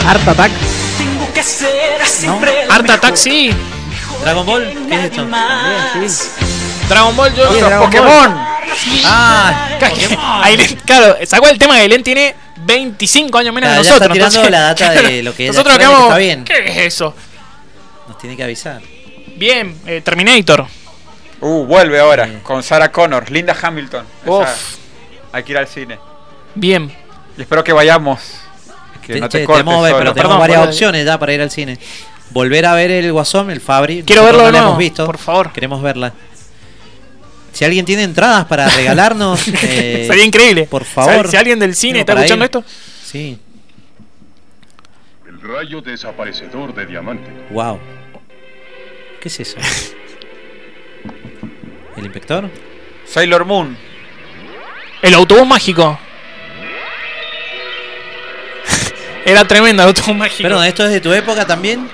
S8: Art Attack.
S13: Tengo que ser siempre el
S2: Art
S13: mejor.
S2: Attack, sí.
S1: Dragon Ball, ¿qué es esto?
S2: Dragon Ball, yo.
S3: O sea,
S2: Dragon
S3: Pokémon.
S2: Ball.
S1: Ah,
S2: Claro, Ailén- claro, sacó el tema de Ailén tiene 25 años menos
S1: Claro,
S2: que
S1: ya está
S2: nosotros.
S1: tirando
S2: entonces-
S1: la data de lo que ella
S2: nosotros
S1: cree que
S2: acabamos.
S1: está bien.
S2: ¿Qué es eso?
S1: nos tiene que avisar.
S2: Bien, eh, Terminator.
S3: Uh, vuelve ahora con Sarah Connor, Linda Hamilton. Esa-
S2: Uf.
S3: hay que ir al cine.
S2: Bien.
S3: Y espero que vayamos. Que
S1: Te-
S3: no te,
S1: che,
S3: cortes.
S1: tenemos,
S3: solo.
S1: pero tenemos
S2: Perdón,
S1: varias
S2: perdón.
S1: opciones ya para ir al cine. Volver a ver el Guasón, el Fabri.
S2: Quiero
S1: Nosotros
S2: verlo
S1: no
S2: de
S1: la
S2: nuevo,
S1: hemos visto.
S2: por favor.
S1: Queremos verla. Si alguien tiene entradas para regalarnos, eh,
S2: Sería increíble.
S1: por favor.
S2: Si, si alguien del cine
S1: Digo,
S2: está
S1: para
S2: escuchando
S1: ir.
S2: esto,
S1: Sí,
S16: El rayo desaparecedor de diamante.
S1: wow. ¿Qué es eso? ¿El inspector?
S3: Sailor Moon.
S2: el autobús mágico. Era tremendo el autobús mágico.
S1: Perdón, ¿esto es de tu época también?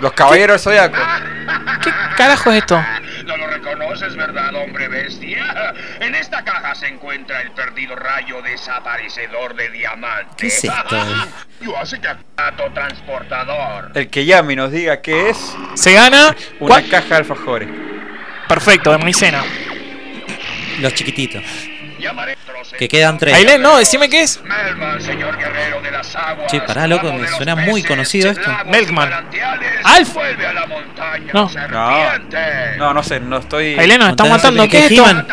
S3: Los Caballeros Zodiacos.
S2: ¿Qué carajo es esto?
S22: No lo reconoces, ¿verdad, hombre bestia? En esta caja se encuentra el perdido rayo desaparecedor de diamante.
S1: ¿Qué es esto?
S22: Yo hace que ato transportador.
S3: El que llame y nos diga qué es
S2: Se gana.
S3: una
S2: cua-
S3: caja de alfajores.
S2: Perfecto, de maicena.
S1: Los chiquititos. Que quedan tres.
S2: Ailén, no, decime qué es.
S1: Che, pará, loco, me suena muy conocido esto.
S2: Melkman. Alf. No.
S3: No. No, no sé, no estoy.
S2: Ailén nos está matando. ¿Qué es esto?
S1: He-Man.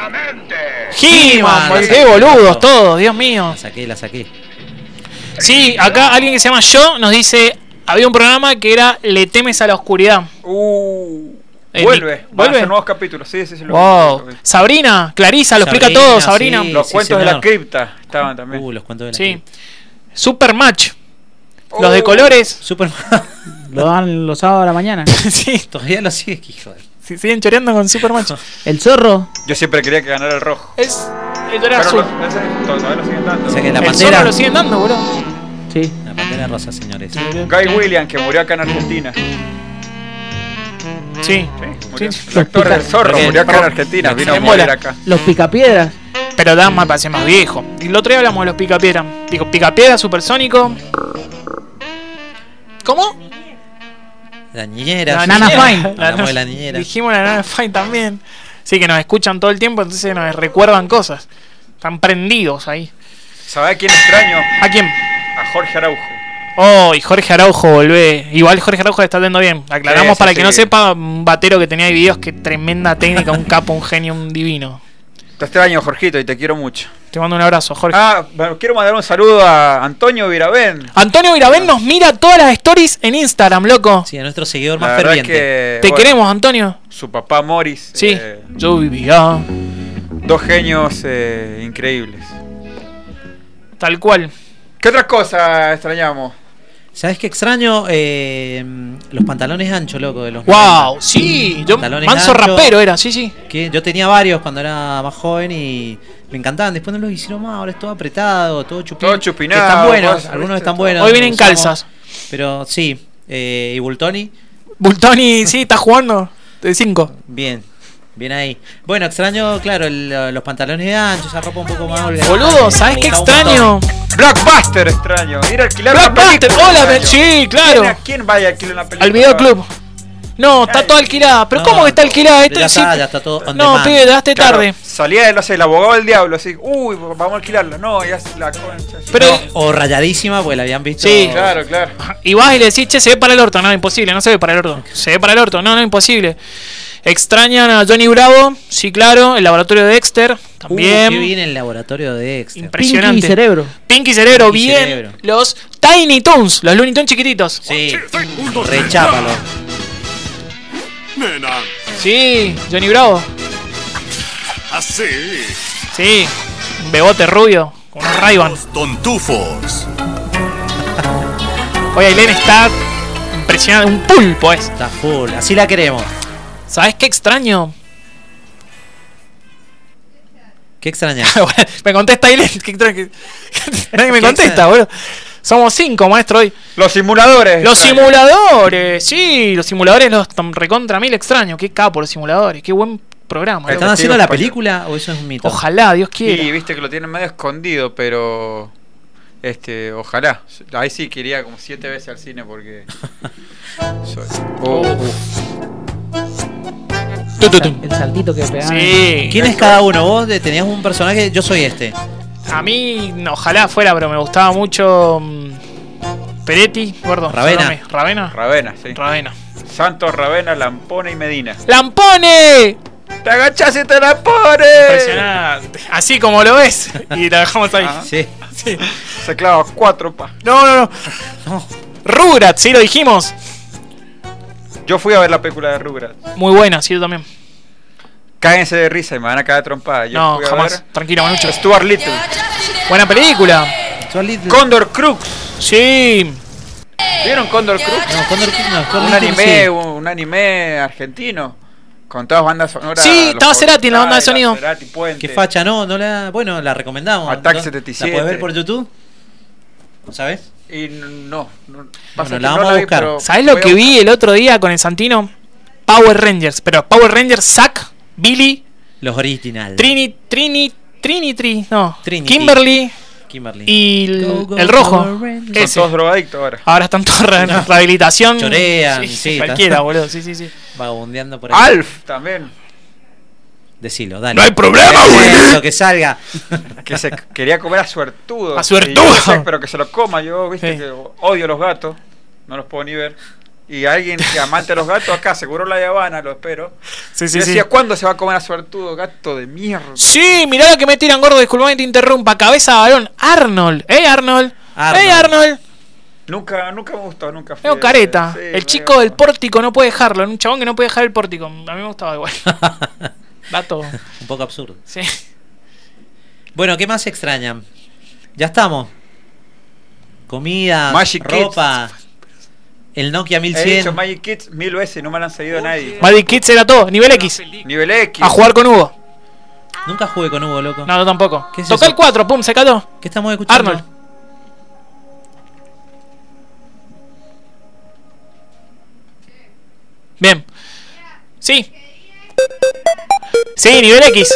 S2: He-Man,
S1: He-Man,
S2: qué
S1: sí.
S2: boludos todos, Dios mío.
S1: La saqué, la saqué.
S2: Sí, acá alguien que se llama Yo nos dice, había un programa que era Le temes a la oscuridad.
S3: Uh,
S2: Eh,
S3: vuelve.
S2: ni-
S3: Van a
S2: vuelve.
S3: hacer nuevos capítulos. Sí, sí, sí. lo-
S2: Wow.
S3: lo-
S2: Sabrina, Clarisa, lo explica
S1: Sabrina,
S2: todo, Sabrina.
S1: sí.
S2: Sí.
S3: Los cuentos de la
S1: señor.
S3: cripta estaban también.
S1: Uh, los cuentos de la
S2: Supermatch. Los
S3: Oh.
S2: de colores.
S1: Superman.
S8: Lo dan los sábados a la mañana.
S2: sí,
S1: Todavía lo sigue, que hijo de-
S2: sí, siguen choreando con Supermatch.
S8: El zorro.
S3: Yo siempre quería que ganara el rojo.
S2: Es, el era
S3: Pero
S2: azul.
S3: no, ese- todavía lo siguen dando.
S1: O sea que la
S2: El
S1: bandera.
S2: zorro lo siguen dando, boludo.
S8: Sí.
S1: La bandera rosa, señores.
S3: Guy Williams, que murió acá en Argentina.
S2: Sí.
S3: Sí, murió.
S2: Sí.
S3: El actor del zorro
S2: Eh,
S1: Porque-
S3: murió acá en Argentina. Vino a
S2: Se
S3: morir
S2: muera.
S3: acá.
S8: Los picapiedras.
S2: Pero da más, parece más viejo. El otro día hablamos de los picapiedra. Digo, picapiedra, supersónico. ¿Cómo?
S1: La niñera.
S2: La
S1: sí.
S2: Nana Fine.
S1: Hablamos de la niñera.
S2: Dijimos la Nana Fine también. Sí, que nos escuchan todo el tiempo, entonces nos recuerdan cosas. Están prendidos ahí.
S3: ¿Sabés a quién extraño?
S2: ¿A quién?
S3: A Jorge Araujo.
S2: Oh, y Jorge Araujo volvé. Igual Jorge Araujo le está yendo bien. Aclaramos
S3: Sí, sí,
S2: para que
S3: sí.
S2: no sepa, un batero que tenía ahí videos, que tremenda técnica, un capo, un genio, un divino.
S3: Te extraño, Jorgito, y te quiero mucho.
S2: Te mando un abrazo, Jorge.
S3: Ah, bueno, quiero mandar un saludo a Antonio Virabén.
S2: Antonio Virabén nos mira todas las stories en Instagram, loco.
S1: Sí, a nuestro seguidor
S3: La
S1: más
S3: verdad es
S1: ferviente.
S3: que,
S2: Te
S3: bueno,
S2: queremos, Antonio.
S3: Su papá Morris.
S2: Sí,
S3: eh,
S2: yo vivía.
S3: Dos genios eh, increíbles.
S2: Tal cual.
S3: ¿Qué otra cosa extrañamos?
S1: ¿Sabes qué extraño? Eh, los pantalones anchos, loco. De los
S2: Wow, sí. Yo,
S1: Pantalones
S2: manso
S1: anchos.
S2: rapero eh. era, sí, sí.
S1: Que yo tenía varios cuando era más joven y me encantaban. Después no los hicieron más, ahora es todo apretado, todo chupinado.
S3: Todo chupinado,
S1: Están buenos,
S3: vos,
S1: algunos
S3: viste,
S1: están
S3: todo.
S1: buenos.
S2: Hoy vienen
S1: los usamos.
S2: calzas.
S1: Pero sí, eh, y Bultoni,
S2: Bultoni, sí, está jugando. De 5.
S1: bien. Bien ahí. Bueno, extraño, claro, el- los pantalones anchos, esa ropa un poco más holgada.
S2: Boludo, ¿sabes qué
S1: Está un
S2: extraño?
S1: montón.
S3: Blockbuster extraño. Ir a alquilar una
S2: Blockbuster,
S3: película,
S2: hola,
S3: extraño.
S2: me- sí,
S3: ¿Quién-
S2: claro.
S3: a ¿Quién vaya a alquilar una película?
S2: Al videoclub. No, está toda alquilada. ¿Pero
S1: No,
S2: cómo que está alquilada? Esto
S1: Ya
S2: sí-
S1: está, ya está todo on
S2: No,
S1: demand.
S2: pibe, llegaste
S3: Claro,
S2: tarde.
S3: Salía de, no sé, el abogado del diablo, así. Uy, vamos a alquilarla. No, ya es la concha.
S2: Pero
S1: O rayadísima, pues la habían visto.
S2: Sí.
S3: Claro, claro.
S2: Y vas y le decís, che, se ve para el orto. No, imposible, no se ve para el orto. Se ve para el orto, no, no, imposible. Extrañan a Johnny Bravo, sí, claro. El laboratorio de Dexter,
S1: Bien.
S2: también.
S1: Uh, Qué bien el laboratorio de Dexter.
S2: Impresionante.
S8: Pinky y Cerebro.
S2: Pinky Cerebro,
S1: Pinky
S2: bien.
S1: Cerebro.
S2: Los Tiny Toons, los Looney Tunes chiquititos.
S1: Sí, rechápalo.
S16: Nena,
S2: Sí, Johnny Bravo.
S16: así.
S2: Sí, un bebote rubio, con un ray
S16: Tontufos.
S2: Oye, Ailén está impresionada, un pulpo es.
S1: Está full, así la queremos.
S2: ¿Sabes qué extraño?
S1: Qué extraña.
S2: me contesta Ailén. qué extraño que- Nadie me contesta, boludo. Somos cinco, maestro, hoy.
S3: Los simuladores.
S2: Los
S3: extraño.
S2: simuladores, sí, los simuladores los tam- recontra mil extraño. Qué capo los simuladores, qué buen programa.
S3: Ahí
S2: loco.
S1: ¿Están
S3: Testigo
S1: haciendo la
S3: español.
S1: película o eso es un mito?
S2: Ojalá, Dios quiera.
S3: Y viste que lo tienen medio escondido, pero. Este, ojalá. Ahí sí quería como siete veces al cine porque. Soy- Oh.
S2: Tu, tu, tu.
S8: El saltito que pegaba.
S2: Sí.
S1: ¿Quién es cada uno? Vos de- tenías un personaje, yo soy este.
S2: A mí, no, ojalá fuera, pero me gustaba mucho. mm, Peretti, gordo.
S1: Ravena.
S2: Salome. Ravena.
S3: Ravena, sí.
S2: Ravena.
S3: Santos, Ravena, Lampone y Medina.
S2: ¡Lampone!
S3: ¡Te agachás y te la pones!
S2: Impresionante. Así como lo ves. Y la dejamos ahí.
S3: Ah,
S1: Sí.
S2: Sí.
S3: Se clava cuatro pa.
S2: No, no, no. Rugrats, sí lo dijimos.
S3: Yo fui a ver la película de Rugrats.
S2: Muy buena, sí, yo también.
S3: Cáguense de risa y me van a cagar trompada. Yo
S2: no,
S3: fui a
S2: jamás.
S3: ver
S2: Tranquilo, Manucho.
S3: Stuart Little.
S2: Buena película.
S1: Yo Little.
S3: Condor Crux.
S2: Sí.
S3: ¿Vieron Condor Crux?
S1: No, Condor King no, Condor
S3: Un
S1: King
S3: anime,
S1: sí.
S3: un, un anime argentino. Con todas bandas sonoras.
S2: Sí,
S3: los
S2: estaba Cerati en la banda de
S3: Portales,
S2: sonido.
S3: Cerati, Puente.
S1: Qué facha, no, no la. Bueno, la recomendamos.
S3: Attack
S1: ¿No?
S3: 77.
S1: ¿La puedes ver por YouTube? ¿Sabes?
S3: Y n- no. no
S1: Bueno,
S3: pasa que
S1: la
S3: no
S1: vamos a
S3: vi,
S1: buscar.
S3: pero
S2: ¿Sabés
S3: voy
S2: lo
S3: a
S2: que vi
S3: buscar.
S2: el otro día con el Santino? Power Rangers. Pero Power Rangers, Zack, Billy,
S1: Los originales.
S2: Trini, Trini, Trinity, no.
S1: Trinity.
S2: Kimberly
S1: Kimberly.
S2: y el,
S1: Go, go,
S2: el rojo.
S1: Power Rangers.
S3: Son
S2: Ese.
S3: todos drogadictos ahora.
S2: Ahora están todos en rehabilitación.
S1: Chorean, sí,
S2: Cualquiera,
S1: está.
S2: boludo, sí, sí, sí.
S1: Vagabundeando por ahí.
S3: Alf también.
S1: Decilo, dale.
S16: ¡No hay problema,
S1: Eso,
S16: güey!
S1: que salga.
S3: Que se quería comer a suertudo.
S2: A Ah, suertudo.
S3: Y yo sé, pero que se lo coma. Yo, viste,
S2: Sí.
S3: que odio a los gatos. No los puedo ni ver. Y alguien que amante a los gatos acá, seguro la de Habana, lo espero.
S2: Sí,
S3: y
S2: sí, sí.
S3: decía, ¿cuándo se va a comer a suertudo, gato de mierda?
S2: Sí, mirá lo que me tiran gordo, disculpame que te interrumpa. Cabeza de balón. Arnold. ¡Ey, Arnold!
S1: Arnold.
S2: ¡Ey, Arnold!
S3: Nunca, nunca me gustó, nunca fue.
S2: Medio careta.
S3: Sí,
S2: el
S3: medio-
S2: chico del pórtico no puede dejarlo. Un chabón que no puede dejar el pórtico. A mí me gustaba igual. Dato.
S1: un poco absurdo.
S2: Sí.
S1: Bueno, ¿qué más extrañan? Ya estamos. Comida,
S3: Magic
S1: ropa. El Nokia
S3: He dicho
S1: 1100.
S3: Magic Kids mil veces, no me lo han seguido nadie.
S2: Magic Kids era todo. Nivel X.
S3: Nivel X.
S2: A jugar con Hugo.
S1: Nunca jugué con Hugo, loco.
S2: No, yo tampoco.
S1: ¿Qué es
S2: Tocó
S1: eso?
S2: el 4, pum, se cayó.
S1: ¿Qué estamos escuchando?
S2: Arnold. Bien. Sí. Sí, nivel X.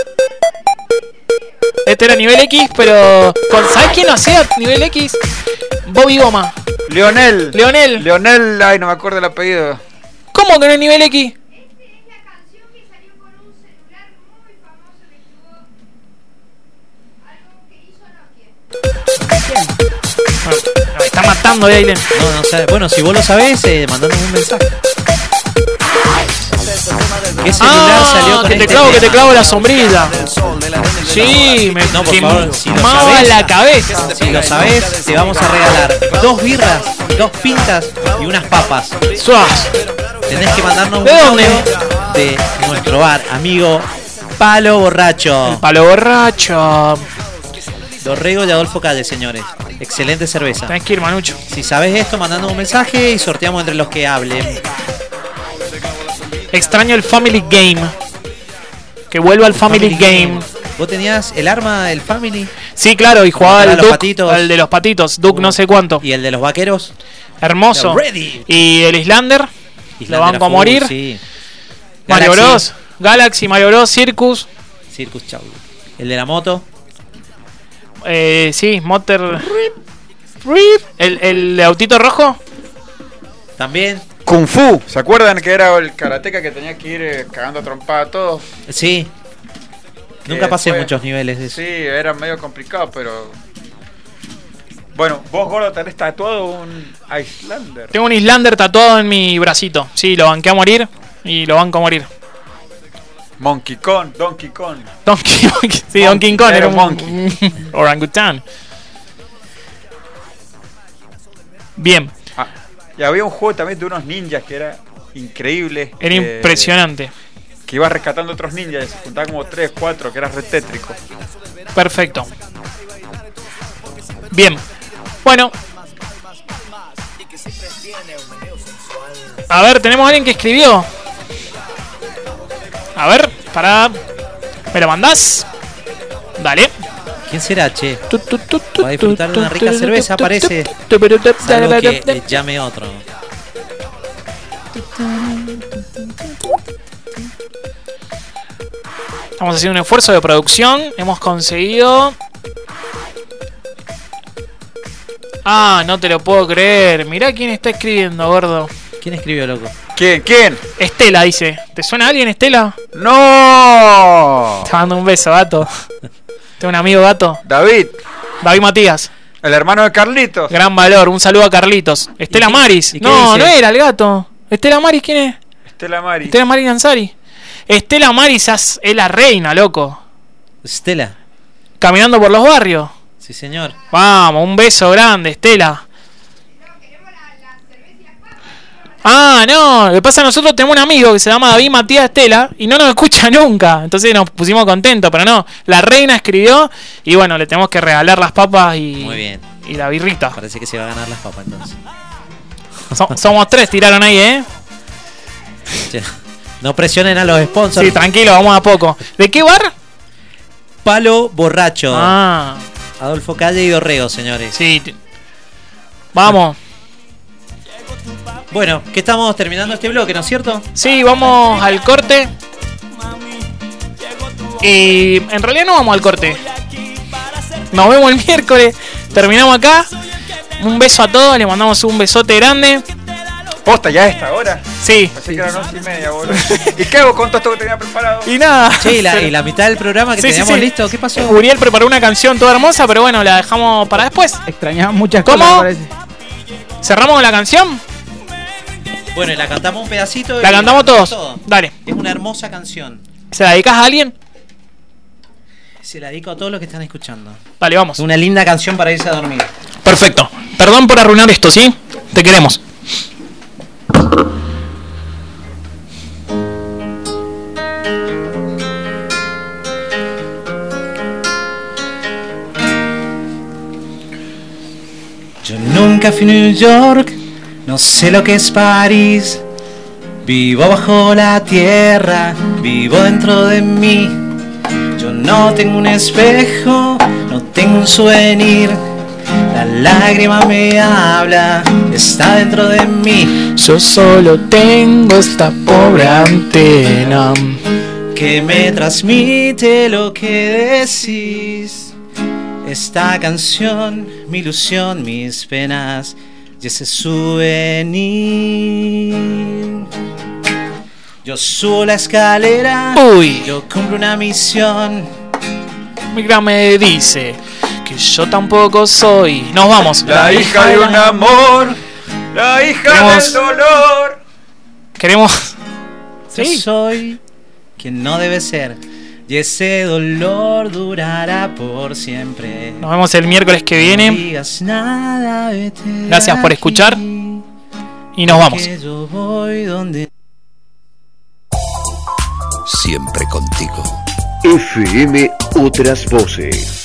S2: Este era nivel X, pero. Con, ¿Sabes quién no hacía nivel X? Bobby Goma.
S3: Leonel.
S2: Leonel.
S3: Leonel, ay, no me acuerdo el apellido.
S2: ¿Cómo que no es nivel X? No, me está matando de Aiden.
S1: No, no sabe. Bueno, si vos lo sabés, eh, mandanos un mensaje. ¿Qué celular
S2: Ah,
S1: salió con
S2: que te
S1: este
S2: clavo, que te
S1: tema?
S2: clavo la sombrilla. Sí, me
S1: No, por
S2: que
S1: favor,
S2: me
S1: si lo
S2: quemaba
S1: sabés,
S2: la cabeza.
S1: Si lo sabés, te vamos a regalar dos birras, dos pintas y unas papas. Tenés que mandarnos un
S2: ¿De dónde?
S1: audio de nuestro bar, amigo Palo Borracho.
S2: Palo Borracho.
S1: Dorrego y Adolfo Calle, señores. Excelente cerveza.
S2: Tenés que ir, Manucho.
S1: Si sabés esto, mandándonos un mensaje y sorteamos entre los que hablen.
S2: Extraño el Family Game. Que vuelva al Family, Game.
S1: ¿Vos tenías el arma del Family?
S2: Sí, claro, y jugaba
S1: Para
S2: al
S1: los
S2: Duke,
S1: patitos.
S2: al de los patitos, Duke no sé cuánto.
S1: ¿Y el de los vaqueros?
S2: Hermoso.
S1: The Ready.
S2: Y el Islander,
S1: Islander
S2: lo banco
S1: a
S2: a
S1: full,
S2: morir.
S1: sí.
S2: Mario
S1: Galaxy.
S2: Bros, Galaxy, Mario Bros, Circus.
S1: Circus Chau. ¿El de la moto?
S2: Eh, sí, Motor. Rip. El, el de autito rojo.
S1: También.
S3: Kung Fu. ¿Se acuerdan que era el karateca que tenía que ir eh, cagando a trompada a todos?
S1: Sí.
S3: Que
S1: Nunca pasé
S3: después-
S1: muchos niveles de eso.
S3: Sí, era medio complicado, pero. Bueno, vos, gordo, tenés tatuado un Islander.
S2: Tengo un Islander tatuado en mi bracito. Sí, lo banqué a morir y lo banco a morir.
S3: Monkey Kong, Donkey Kong.
S2: Donkey Kong. Sí, Donkey Kong era un monkey. Orangutan. Bien,
S3: Ah, y había un juego también de unos ninjas que era increíble.
S2: era
S3: que-
S2: impresionante.
S3: Que ibas rescatando otros ninjas, se juntaban como 3, 4, que era re tétrico.
S2: Perfecto. Bien. Bueno. A ver, tenemos alguien que escribió. A ver, para. ¿Me lo mandás? Dale.
S1: ¿Quién será, che?
S2: Va
S1: a disfrutar de una rica cerveza, parece. Salvo que eh, llame otro.
S2: Estamos haciendo un esfuerzo de producción. Hemos conseguido. Ah, no te lo puedo creer. Mirá quién está escribiendo, gordo.
S1: ¿Quién escribió, loco?
S3: ¿Quién? ¿Quién?
S2: Estela dice. ¿Te suena alguien, Estela?
S3: ¡No!
S2: Te mando un beso, gato. Tengo un amigo gato.
S3: David.
S2: David Matías.
S3: El hermano de Carlitos.
S2: Gran valor. Un saludo a Carlitos. Estela
S3: qué-
S2: Maris.
S3: y qué
S2: No,
S3: dice?
S2: no era el gato. Estela Maris, ¿quién es?
S3: Estela Mari.
S2: Estela Maris Ansari. Estela Maris as- es la reina, loco.
S1: Estela.
S2: Caminando por los barrios.
S1: Sí, señor.
S2: Vamos, un beso grande, Estela. Ah, no, lo que pasa nosotros tenemos un amigo que se llama David Matías Estela y no nos escucha nunca. Entonces nos pusimos contentos, pero no, la reina escribió y bueno, le tenemos que regalar las papas y,
S1: Muy bien.
S2: y la birrita.
S1: Parece que se va a ganar las papas entonces.
S2: So- somos tres, tiraron ahí, ¿eh?
S1: Che, No presionen a los sponsors.
S2: Sí, tranquilo, vamos a poco. ¿De qué bar?
S1: Palo borracho.
S2: Ah,
S1: Adolfo Calle y Dorrego, señores.
S2: Sí. vamos.
S1: Bueno, que estamos terminando este bloque, ¿no es cierto?
S2: Sí, vamos al corte. Y en realidad no vamos al corte. Nos vemos el miércoles. Terminamos acá. Un beso a todos, le mandamos un besote grande.
S3: Posta, ya es esta hora.
S2: Sí.
S3: Así que eran 11 y media, boludo. ¿Y qué hago con todo esto que tenía preparado?
S2: Y nada.
S1: Che, y la, y la mitad del programa que
S2: Sí, sí,
S1: teníamos
S2: sí.
S1: listo, ¿qué pasó?
S2: Uriel preparó una canción toda hermosa, pero bueno, la dejamos para después.
S8: Extrañaba muchas
S2: ¿Cómo?
S8: cosas. me parece.
S2: ¿Cerramos con la canción?
S1: Bueno, y la cantamos un pedacito. y
S2: La cantamos
S1: todo.
S2: todos. Dale.
S1: Es una hermosa canción.
S2: ¿Se la dedicas a alguien?
S1: Se la dedico a todos los que están escuchando.
S2: Dale, vamos.
S1: Una linda canción para irse a dormir.
S2: Perfecto. Perdón por arruinar esto, ¿sí? Te queremos.
S1: Yo nunca fui a New York, no sé lo que es París. Vivo bajo la tierra, vivo dentro de mí. Yo no tengo un espejo, no tengo un souvenir. La lágrima me habla, está dentro de mí.
S2: Yo solo tengo esta pobre antena.
S1: Que me transmite lo que decís. Esta canción, mi ilusión, mis penas. y ese souvenir. Yo subo la escalera.
S2: Uy.
S1: Yo cumplo una misión.
S2: Mi gran me dice que yo tampoco soy. Nos vamos.
S3: La hija de un amor, la hija
S2: Queremos-
S3: del dolor.
S2: Queremos.
S1: Yo soy quien no debe ser. Y ese dolor durará por siempre.
S2: Nos vemos el miércoles que
S1: No
S2: viene.
S1: digas nada, vete de
S2: Gracias por
S1: aquí,
S2: escuchar. Y nos vamos.
S1: que yo voy donde
S6: Siempre contigo.
S5: FM Otras Voces.